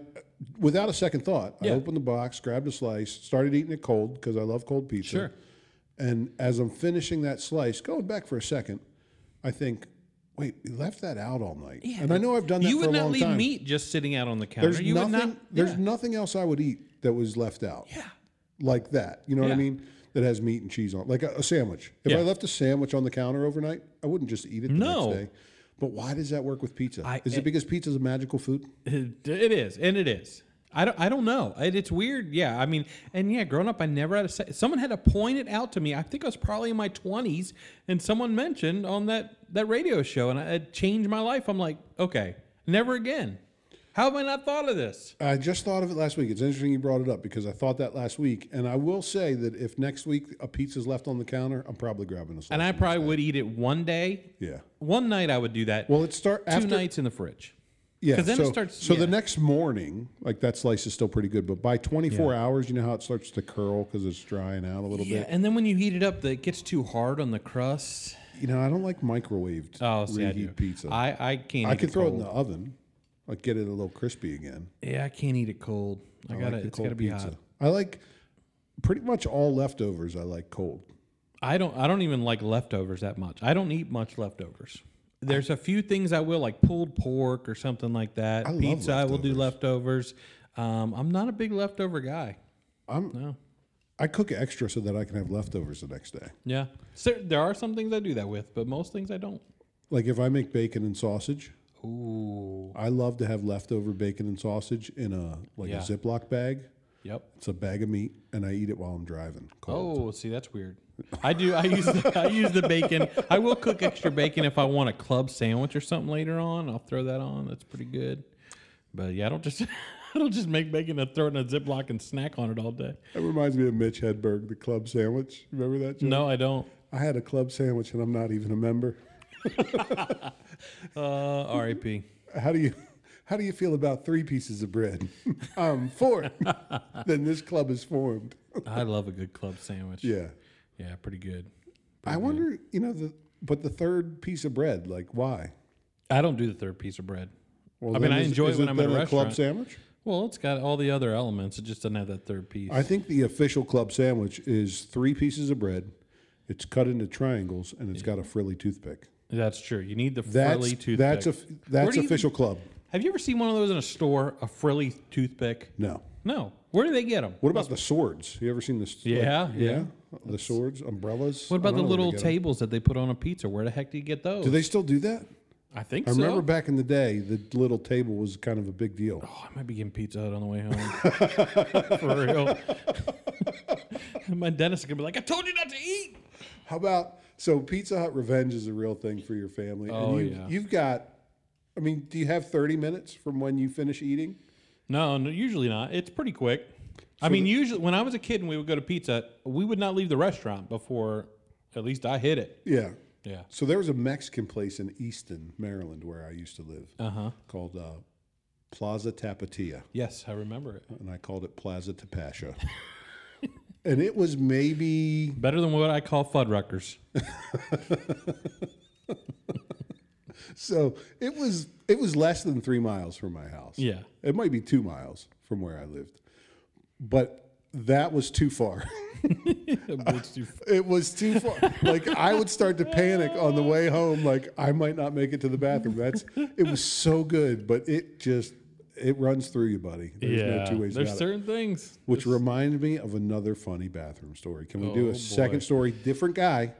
S8: without a second thought,
S9: Yeah.
S8: I opened the box, grabbed a slice, started eating it cold because I love cold pizza.
S9: Sure.
S8: And as I'm finishing that slice, going back for a second, I think, wait, we left that out all night. and I know I've done that
S9: You
S8: for
S9: would
S8: a
S9: not
S8: long
S9: leave
S8: time.
S9: meat just sitting out on the counter.
S8: there's
S9: you
S8: nothing.
S9: would not.
S8: there's
S9: yeah.
S8: nothing else I would eat that was left out. Yeah. Like that. You know what I
S9: Yeah.
S8: mean? That has meat and cheese on, like a, a sandwich. If I
S9: Yeah.
S8: left a sandwich on the counter overnight, I wouldn't just eat it the
S9: No.
S8: next day. But why does that work with pizza?
S9: I-
S8: Is it,
S9: it-
S8: because pizza's a magical food?
S9: It is, and it is. I don't. I don't know. It, it's weird. Yeah. I mean, and yeah, growing up, I never had a. se- Someone had to point it out to me. I think I was probably in my twenties, and someone mentioned on that that radio show, and I, it changed my life. I'm like, okay, never again. How have I not thought of this?
S8: I just thought of it last week. It's interesting you brought it up because I thought that last week, and I will say that if next week a pizza's left on the counter, I'm probably grabbing a slice.
S9: And I probably would eat it one day,
S8: yeah,
S9: one night. I would do that.
S8: well, it start
S9: two
S8: after
S9: nights in the fridge.
S8: yeah.
S9: 'cause then it
S8: so
S9: starts-
S8: so
S9: yeah.
S8: the next morning, like that slice is still pretty good, but by 24 hours, you know how it starts to curl because it's drying out a little
S9: Yeah,
S8: bit.
S9: and then when you heat it up, that it gets too hard on the crust.
S8: You know, I don't like microwaved
S9: Oh, see, I do.
S8: reheat pizza. I,
S9: I, I can't. eat
S8: could throw it in the
S9: cold.
S8: oven, like get it a little crispy again.
S9: Yeah, I can't eat it cold. I,
S8: I
S9: gotta.
S8: like the
S9: it's gotta be hot.
S8: I like pretty much all leftovers. I like cold.
S9: I don't. I don't even like leftovers that much. I don't eat much leftovers. There's a few things I will like pulled pork or something like that.
S8: I love
S9: Pizza, I will do leftovers. Um, I'm not a big leftover guy.
S8: I'm
S9: No.
S8: I cook extra so that I can have leftovers the next day.
S9: Yeah, so there are some things I do that with, but most things I don't.
S8: Like if I make bacon and sausage,
S9: Ooh.
S8: I love to have leftover bacon and sausage in a like
S9: Yeah.
S8: a Ziploc bag.
S9: Yep.
S8: It's a bag of meat, and I eat it while I'm driving. Cold.
S9: Oh, see, that's weird. I do. I use the, I use the bacon. I will cook extra bacon if I want a club sandwich or something later on. I'll throw that on. That's pretty good. But yeah, I don't just <laughs> I don't just make bacon and throw it in a Ziploc and snack on it all day.
S8: That reminds me of Mitch Hedberg, the club sandwich. Remember that? Joe?
S9: No, I don't.
S8: I had a club sandwich, and I'm not even a member.
S9: Uh, R.I.P.
S8: How do you <laughs> how do you feel about three pieces of bread? <laughs> um, four. <laughs> then this club is formed. <laughs>
S9: I love a good club sandwich.
S8: Yeah.
S9: Yeah, pretty good.
S8: I wonder, you know, the but the third piece of bread, like why?
S9: I don't do the third piece of bread.
S8: Well,
S9: I mean,
S8: then
S9: I
S8: is-
S9: enjoy
S8: is
S9: it when I'm at a
S8: then
S9: restaurant.
S8: club sandwich.
S9: Well, it's got all the other elements. It just doesn't have that third piece.
S8: I think the official club sandwich is three pieces of bread. It's cut into triangles and it's got a frilly toothpick.
S9: that's true. You need the
S8: That's
S9: frilly toothpick.
S8: that's a
S9: Where
S8: that's
S9: do you-
S8: official club.
S9: Have you ever seen one of those in a store? A frilly toothpick?
S8: No.
S9: No. Where do they get them?
S8: What about the swords? You ever seen this?
S9: Yeah, yeah.
S8: The swords, umbrellas.
S9: What
S8: I
S9: about
S8: don't
S9: the
S8: know where they
S9: little
S8: get 'em.
S9: tables that they put on a pizza? Where the heck do you get those?
S8: Do they still do that?
S9: I think
S8: I
S9: so.
S8: remember back in the day, the little table was kind of a big deal.
S9: Oh, I might be getting pizza out on the
S8: <laughs>
S9: way home. For real. <laughs> And My dentist is gonna be like, "I told you not to eat."
S8: How about so Pizza Hut revenge is a real thing for your family?
S9: Oh,
S8: and you,
S9: yeah.
S8: You've got, I mean, do you have thirty minutes from when you finish eating?
S9: No, no, usually not. It's pretty quick. I mean, usually when I was a kid and we would go to pizza, Hut, we would not leave the restaurant before at least I hit it.
S8: Yeah.
S9: Yeah.
S8: So there was a Mexican place in Easton, Maryland, where I used to live,
S9: Uh-huh.
S8: called uh, Plaza Tapatia,
S9: Yes, I remember it.
S8: and I called it Plaza
S9: <laughs>
S8: Tapasha. and it was maybe
S9: Better than what I call
S8: <laughs>
S9: Fuddruckers.
S8: So it was it was less than three miles from my house.
S9: Yeah.
S8: It might be two miles from where I lived. But that was too far. <laughs>
S9: It's too-
S8: It was too far. like I would start to panic on the way home, like I might not make it to the bathroom. That's it was so good, but it just it runs through you, buddy. There's
S9: yeah,
S8: no two ways
S9: there's
S8: about it.
S9: certain things.
S8: Which reminded me of another funny bathroom story. Can we do
S9: Oh,
S8: a
S9: boy.
S8: second story? Different guy.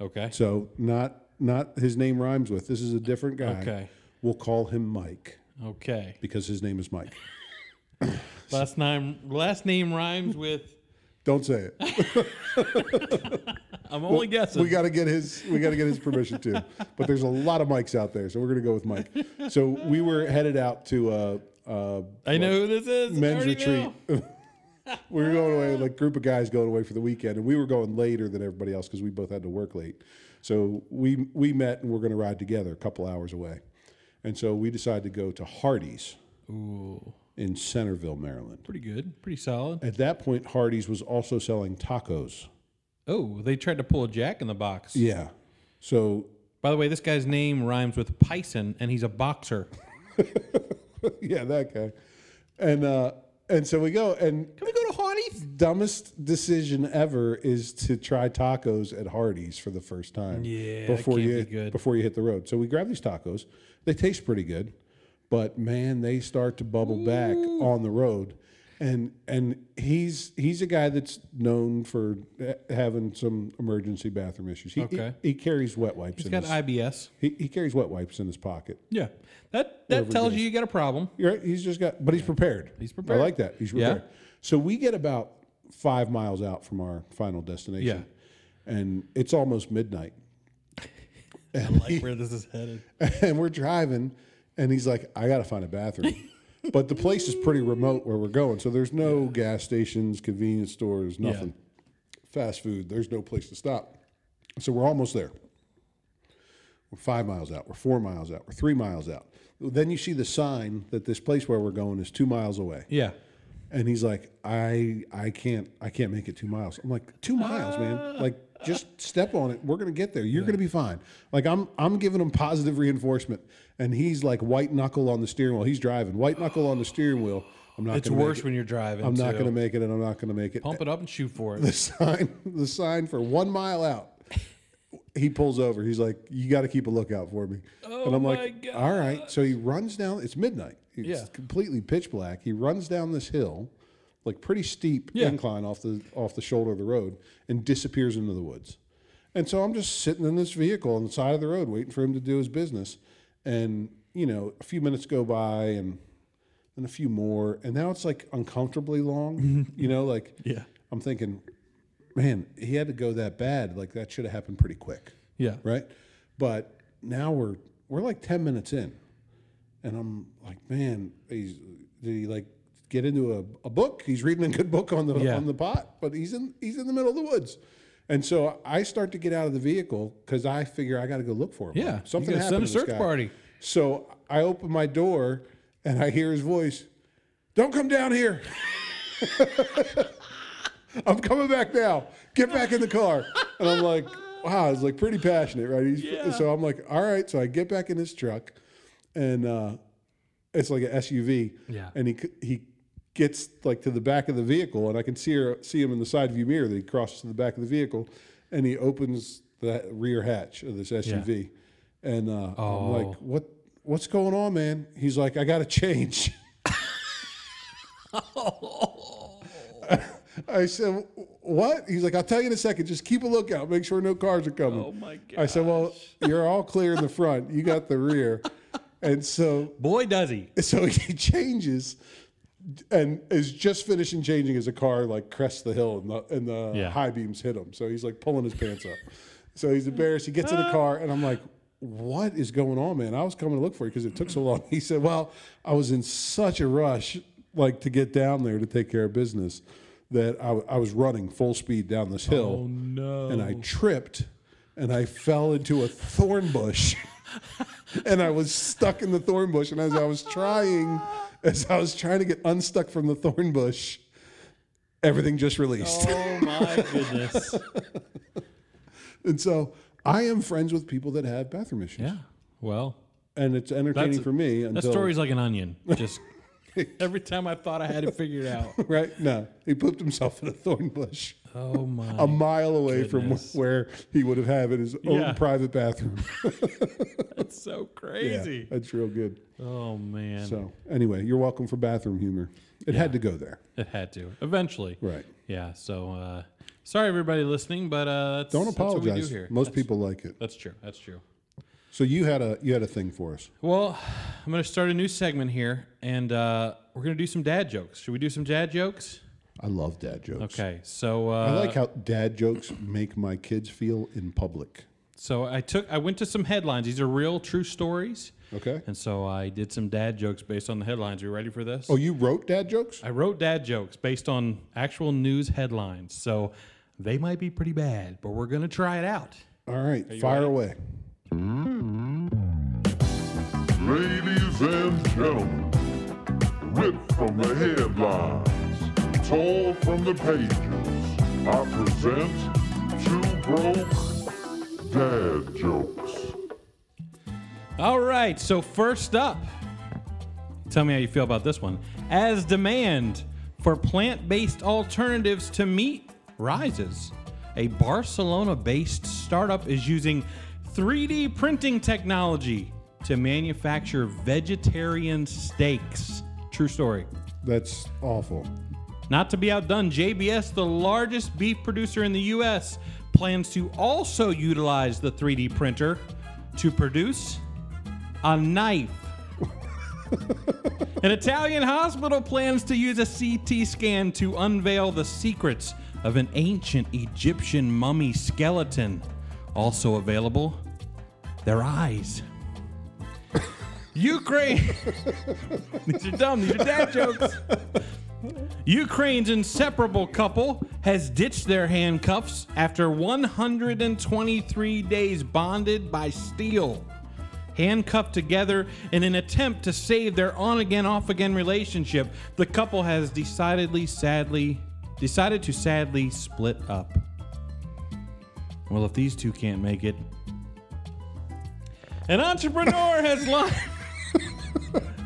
S9: Okay.
S8: So not not his name rhymes with. This is a different guy.
S9: Okay.
S8: We'll call him Mike.
S9: Okay.
S8: because his name is Mike.
S9: Last name last name rhymes with.
S8: Don't say it.
S9: I'm only
S8: <laughs>
S9: guessing.
S8: We got to get his we got to get his permission too. But there's a lot of Mikes out there, so we're gonna go with Mike. So we were headed out to a, uh
S9: I know who this is. I
S8: men's
S9: already
S8: retreat.
S9: know.
S8: <laughs> we were going away, like group of guys going away for the weekend, and we were going later than everybody else because we both had to work late. So we we met and we're gonna ride together a couple hours away, and so we decided to go to Hardee's in Centerville, Maryland.
S9: Pretty good. Pretty solid.
S8: At that point, Hardee's was also selling tacos.
S9: Oh, they tried to pull a Jack in the box.
S8: Yeah. So
S9: By the way, this guy's name rhymes with Pyson, and he's a boxer.
S8: <laughs> yeah, that guy. And uh and so we go and
S9: Can we go to Hardee's?
S8: dumbest decision ever is to try tacos at Hardee's for the first time.
S9: Yeah, that
S8: before
S9: can't
S8: you
S9: be good.
S8: before you hit the road. So we grab these tacos. They taste pretty good, but man, they start to bubble back on the road. And and he's he's a guy that's known for eh, having some emergency bathroom issues. He, he-
S9: Okay.
S8: he, carries wet wipes.
S9: He's
S8: in
S9: got
S8: his,
S9: IBS.
S8: he, he carries wet wipes in his pocket.
S9: Yeah, that that tells you you got a
S8: <laughs>
S9: problem.
S8: You're right. He's just got, but he's prepared. He's
S9: prepared.
S8: I like that. He's
S9: Yeah.
S8: prepared. So we get about five miles out from our final destination. And it's almost midnight. <laughs>
S9: I like where this is headed.
S8: And we're driving, and he's like, I got to find a
S9: <laughs>
S8: bathroom. but the place is pretty remote where we're going. So there's no gas stations, convenience stores, nothing. Fast food, there's no place to stop. So we're almost there. We're five miles out. We're four miles out. We're three miles out. Then you see the sign that this place where we're going is two miles away.
S9: Yeah,
S8: And he's like, I I can't I can't make it two miles. I'm like, two miles, man.
S9: Ah.
S8: Like just step on it. We're gonna get there. You're gonna be fine. Like I'm I'm giving him positive reinforcement. And he's like white knuckle on the steering wheel. He's driving. White knuckle on the steering wheel. I'm not
S9: it's
S8: gonna make
S9: worse
S8: it.
S9: when you're driving.
S8: I'm not
S9: too.
S8: gonna make it and I'm not gonna make it.
S9: pump it up and shoot for
S8: <laughs> The
S9: it.
S8: sign the sign for one mile out. He pulls over. He's like, You gotta keep a lookout for me. and I'm like,
S9: Oh my
S8: All right. So he runs down it's midnight. It's
S9: Yeah.
S8: completely pitch black. He runs down this hill, like pretty steep
S9: Yeah.
S8: incline off the off the shoulder of the road, and disappears into the woods. And so I'm just sitting in this vehicle on the side of the road waiting for him to do his business. And, you know, a few minutes go by and and a few more. And now it's like uncomfortably long. you know, like
S9: Yeah.
S8: I'm thinking, man, he had to go that bad. Like that should have happened pretty quick
S9: Yeah,
S8: right? But now we're we're like ten minutes in, and I'm like, man, he's did he like get into a, a book? He's reading a good book on the
S9: Yeah.
S8: on the pot, but he's in he's in the middle of the woods, And so I start to get out of the vehicle because I figure I got to go look for him.
S9: Yeah, you
S8: something
S9: gotta
S8: happened.
S9: send a
S8: to this
S9: search
S8: guy.
S9: party.
S8: So I open my door and I hear his voice. Don't come down here. I'm coming back now. Get back in the car. And I'm like, wow, it's like pretty passionate, right? He's, So I'm like, all right. So I get back in his truck, and uh, it's like an SUV.
S9: Yeah.
S8: And he c- he gets like to the back of the vehicle, and I can see her, see him in the side view mirror that he crosses to the back of the vehicle, and he opens the rear hatch of this SUV, and uh, I'm like, what what's going on, man? He's like, I got to change. <laughs> I said, "What?" He's like, "I'll tell you in a second. Just keep a lookout. Make sure no cars are coming." Oh my god! I said, "Well, you're all clear in the front. You got the <laughs> rear." And so,
S9: Boy, does he.
S8: <laughs> so he changes, and is just finishing changing as a car like crests the hill and the, and the
S9: Yeah.
S8: high beams hit him. So he's like pulling his pants up. So he's embarrassed. He gets in the car, and I'm like, "What is going on, man? I was coming to look for you because it took so long." <laughs> He said, "Well, I was in such a rush, like to get down there to take care of business, that I, I was running full speed down this hill,
S9: Oh, <laughs>
S8: and I tripped, and I fell into a thorn bush." <laughs> and I was stuck in the thorn bush. And as I was trying, as I was trying to get unstuck from the thorn bush, everything just released.
S9: Oh my goodness.
S8: And so I am friends with people that have bathroom issues,
S9: yeah. Well,
S8: and it's entertaining
S9: That's-
S8: for me.
S9: that
S8: Until,
S9: story's like an onion.
S8: <laughs>
S9: Just every time I thought I had it figured out.
S8: <laughs> right. No, he pooped himself in a thorn bush
S9: Oh my. <laughs>
S8: a mile away
S9: goodness.
S8: from where he would have had his own
S9: Yeah.
S8: private bathroom.
S9: That's so
S8: Yeah,
S9: <laughs> crazy.
S8: that's real good.
S9: Oh man.
S8: So anyway, you're welcome for bathroom humor. It had to go there,
S9: It had to eventually.
S8: right?
S9: Yeah. So uh, sorry everybody listening, but uh, that's,
S8: Don't
S9: that's
S8: apologize.
S9: what we do here.
S8: Most people like it.
S9: That's true. That's true.
S8: So you had a you had a thing for us.
S9: Well, I'm going to start a new segment here, and uh, we're going to do some dad jokes. Should we do some dad jokes?
S8: I love dad jokes.
S9: Okay. So uh,
S8: I like how dad jokes make my kids feel in public.
S9: So I took I went to some headlines. These are real true stories.
S8: Okay.
S9: And so I did some dad jokes based on the headlines. Are you ready for this?
S8: Oh, you wrote dad jokes?
S9: I wrote dad jokes based on actual news headlines. So they might be pretty bad, but we're going to try it out.
S8: All right, fire away.
S5: Ladies and gentlemen, ripped from the headlines, torn from the pages, I present two broke dad jokes.
S9: All right. So first up, tell me how you feel about this one. As demand for plant-based alternatives to meat rises, a Barcelona-based startup is using 3D printing technology to manufacture vegetarian steaks. True story.
S8: That's awful.
S9: Not to be outdone, JBS, the largest beef producer in the U.S., plans to also utilize the 3D printer to produce a knife. An Italian hospital plans to use a CT scan to unveil the secrets of an ancient Egyptian mummy skeleton. Also available, their eyes. Ukraine. <laughs> These are dumb. These are dad jokes. Ukraine's inseparable couple has ditched their handcuffs after 123 days bonded by steel. Handcuffed together in an attempt to save their on again, off again relationship, the couple has decidedly, sadly, decided to sadly split up. Well, if these two can't make it, an
S8: <laughs>
S9: entrepreneur has launched.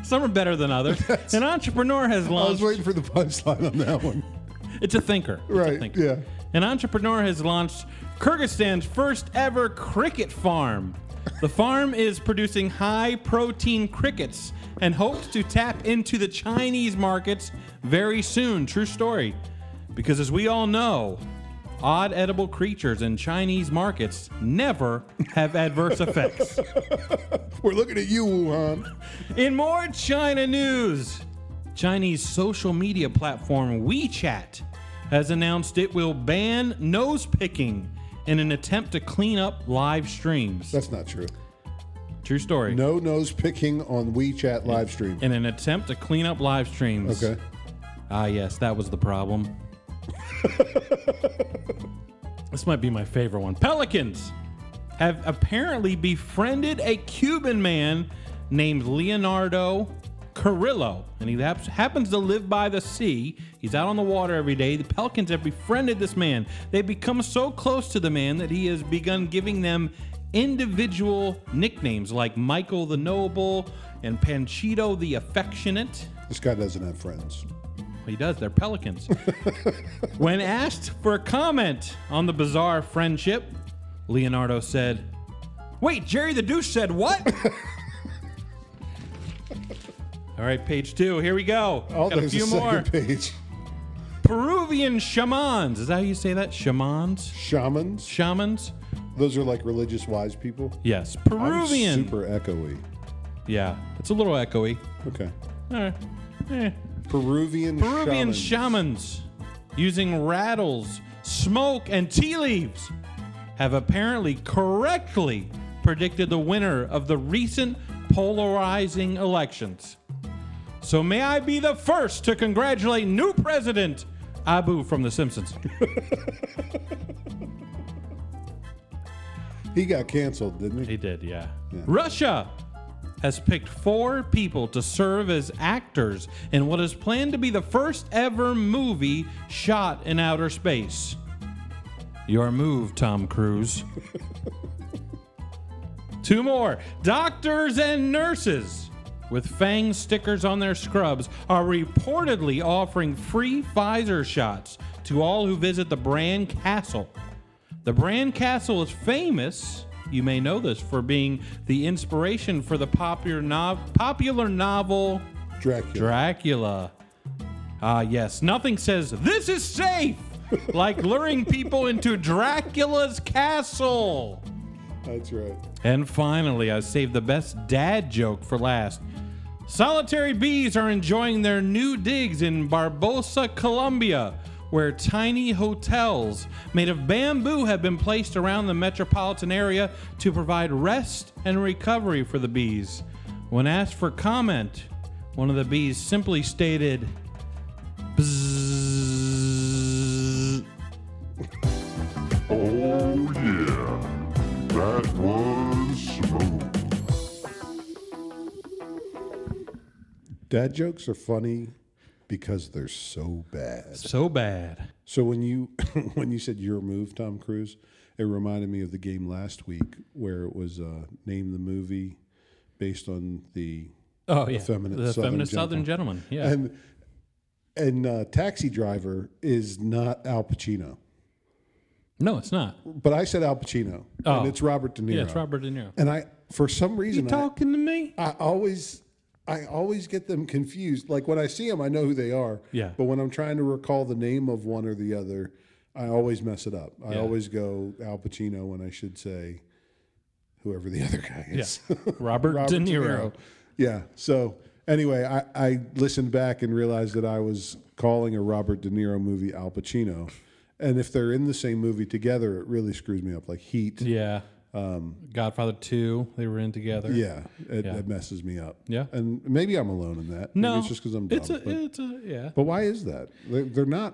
S9: Some are better than others. An entrepreneur has
S8: I was
S9: launched.
S8: waiting for the punchline on that one.
S9: It's a thinker. It's
S8: <laughs>
S9: a
S8: Right,
S9: thinker.
S8: yeah.
S9: An entrepreneur has launched Kyrgyzstan's first ever cricket farm. The farm is producing high protein crickets and hopes to tap into the Chinese markets very soon. True story. Because as we all know, odd edible creatures in Chinese markets never have adverse effects.
S8: We're looking at you, Wuhan.
S9: In more China news, Chinese social media platform WeChat has announced it will ban nose picking in an attempt to clean up live streams.
S8: That's not true.
S9: True story.
S8: No nose picking on WeChat live stream.
S9: In an attempt to clean up live streams.
S8: Okay.
S9: Ah, yes, that was the problem. <laughs> This might be my favorite one. Pelicans have apparently befriended a Cuban man named Leonardo Carrillo, and he hap- happens to live by the sea. He's out on the water every day. The Pelicans have befriended this man. They've become so close to the man that he has begun giving them individual nicknames like Michael the Noble and Panchito the Affectionate.
S8: This guy doesn't have friends. <laughs>
S9: He does. They're pelicans. when asked for a comment on the bizarre friendship, Leonardo said, Wait, Jerry the Douche said what? <laughs> All right, page two. Here we go.
S8: All
S9: Got a
S8: there's
S9: few more.
S8: second page.
S9: Peruvian shamans. Is that how you say that? Shamans?
S8: Shamans.
S9: Shamans?
S8: Those are like religious wise people.
S9: Yes.
S8: I'm
S9: Peruvian.
S8: super echoey.
S9: Yeah. It's a little echoey.
S8: Okay.
S9: All right. Eh.
S8: Peruvian
S9: Peruvian
S8: shamans.
S9: shamans. using rattles, smoke, and tea leaves have apparently correctly predicted the winner of the recent polarizing elections. So may I be the first to congratulate new president Abu from The Simpsons.
S8: He got canceled, didn't he?
S9: He did, yeah. Russia has picked four people to serve as actors in what is planned to be the first ever movie shot in outer space. Your move, Tom Cruise. Two more. Doctors and nurses with fang stickers on their scrubs are reportedly offering free Pfizer shots to all who visit the Brand Castle. The Brand Castle is famous, you may know this, for being the inspiration for the popular, nov- popular novel
S8: Dracula.
S9: Dracula. Ah, yes. Nothing says, this is safe, like luring people into Dracula's castle.
S8: That's right.
S9: And finally, I saved the best dad joke for last. Solitary bees are enjoying their new digs in Barbosa, Colombia, where tiny hotels made of bamboo have been placed around the metropolitan area to provide rest and recovery for the bees. When asked for comment, one of the bees simply stated, "Bzzz."
S8: Dad jokes are funny because they're so bad.
S9: So bad.
S8: So when you <laughs> when you said your move, Tom Cruise, it reminded me of the game last week where it was uh, name the movie based on the
S9: Oh, yeah.
S8: Effeminate
S9: the
S8: Southern
S9: feminist Southern gentleman. Yeah.
S8: and and uh, Taxi Driver is not Al Pacino,
S9: no, it's not.
S8: but I said Al Pacino,
S9: Oh.
S8: and it's Robert De Niro.
S9: Yeah, it's Robert De Niro.
S8: And I for some reason I,
S9: to me?
S8: I always I always get them confused. Like when I see them, I know who they are.
S9: Yeah.
S8: But when I'm trying to recall the name of one or the other, I always mess it up. I
S9: Yeah.
S8: always go Al Pacino when I should say whoever the <laughs> other guy is.
S9: Robert, De Niro.
S8: Yeah. So anyway, I, I listened back and realized that I was calling a Robert De Niro movie Al Pacino. And if they're in the same movie together, it really screws me up. Like Heat.
S9: Yeah. Godfather 2, they were in together.
S8: Um, Yeah, it, it messes me up.
S9: Yeah.
S8: and maybe I'm alone in that.
S9: No.
S8: maybe it's just because I'm dumb.
S9: It's a,
S8: but,
S9: it's a, yeah.
S8: but why is that? They're, they're not.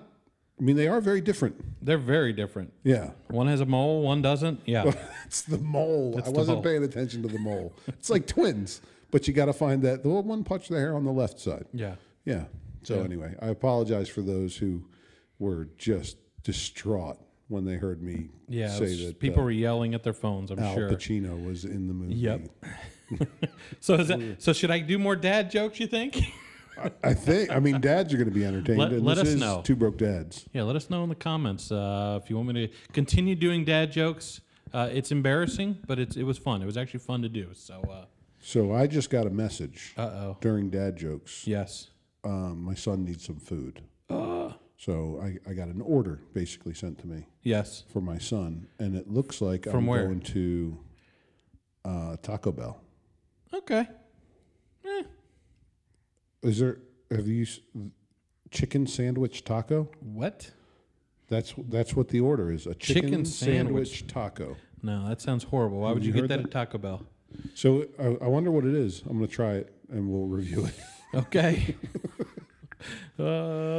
S8: I mean, they are very different.
S9: They're very different.
S8: Yeah,
S9: One has a mole, one doesn't. Yeah.
S8: <laughs> it's the mole. I
S9: the
S8: wasn't
S9: mole.
S8: paying attention to the mole. it's like twins, but you got to find that the one punch the hair on the left side.
S9: yeah.
S8: Yeah. So anyway, I apologize for those who were just distraught when they heard me
S9: Yeah. it was
S8: say
S9: just-
S8: that
S9: people
S8: uh,
S9: were yelling at their phones, I'm
S8: Al
S9: sure.
S8: Pacino was in the movie.
S9: Yep. So is that, so should I do more dad jokes, you think? <laughs>
S8: I think. I mean, dads are going to be entertained.
S9: Let-
S8: and
S9: let
S8: this
S9: us
S8: is
S9: know.
S8: Two broke dads.
S9: yeah, let us know in the comments uh, if you want me to continue doing dad jokes. Uh, it's embarrassing, but it's, it was fun. It was actually fun to do. So, uh,
S8: So I just got a message
S9: Uh-oh.
S8: during dad jokes.
S9: yes.
S8: Um, my son needs some food.
S9: Uh.
S8: So I, I got an order basically sent to me
S9: Yes.
S8: for my son, and it looks like
S9: From
S8: I'm
S9: where?
S8: going to uh, Taco Bell.
S9: Okay. Eh.
S8: Is there have you s- chicken sandwich taco?
S9: What?
S8: That's that's what the order is a chicken,
S9: Chicken
S8: sandwich.
S9: sandwich.
S8: taco.
S9: No, that sounds horrible. Why would you,
S8: heard
S9: get that,
S8: that?
S9: at Taco Bell?
S8: So I, I wonder what it is. I'm going to try it and we'll review it. <laughs>
S9: Okay. Uh,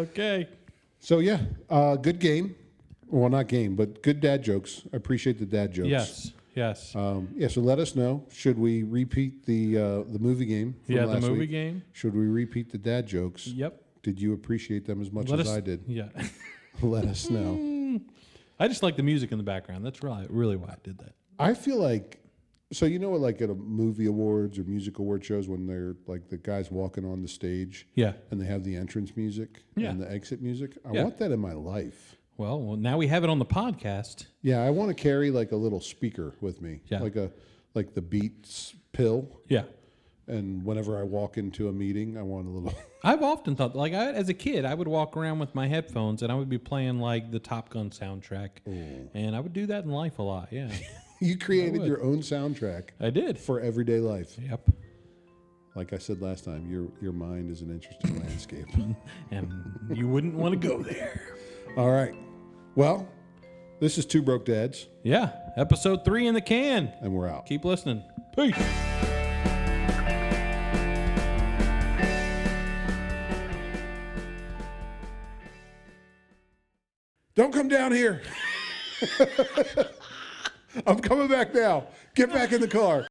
S9: okay.
S8: So yeah, uh, good game. Well, not game, but good dad jokes. I appreciate the dad jokes.
S9: Yes. Yes.
S8: Um, yeah. So let us know. Should we repeat the uh, the movie game? From
S9: yeah, the
S8: last
S9: movie
S8: week?
S9: game.
S8: Should we repeat the dad jokes?
S9: Yep.
S8: Did you appreciate them as much
S9: Let
S8: as
S9: us-
S8: I did? <laughs>
S9: Yeah. <laughs>
S8: Let us know.
S9: I just like the music in the background. That's really really why I did that.
S8: I feel like so you know what like at a movie awards or music award shows when they're like the guys walking on the stage
S9: Yeah.
S8: and they have the entrance music
S9: Yeah.
S8: and the exit music. I
S9: Yeah.
S8: want that in my life.
S9: Well, well, now we have it on the podcast.
S8: Yeah, I want to carry like a little speaker with me.
S9: Yeah.
S8: Like a like the beats pill.
S9: Yeah.
S8: And whenever I walk into a meeting, I want a little <laughs>
S9: I've often thought, like, I, as a kid, I would walk around with my headphones and I would be playing like the Top Gun soundtrack, and I would do that in life a lot. Yeah,
S8: You created
S9: would.
S8: your own soundtrack <laughs>
S9: I did.
S8: for everyday life.
S9: Yep.
S8: Like I said last time, your your mind is an
S9: <laughs>
S8: interesting landscape.
S9: And you wouldn't want to go there.
S8: All right. Well, this is Two Broke Dads,
S9: Yeah. Episode three in the can.
S8: and we're out.
S9: Keep listening. Peace.
S8: Don't come down <laughs>
S9: <laughs>
S8: here. I'm coming back now. Get back in the car.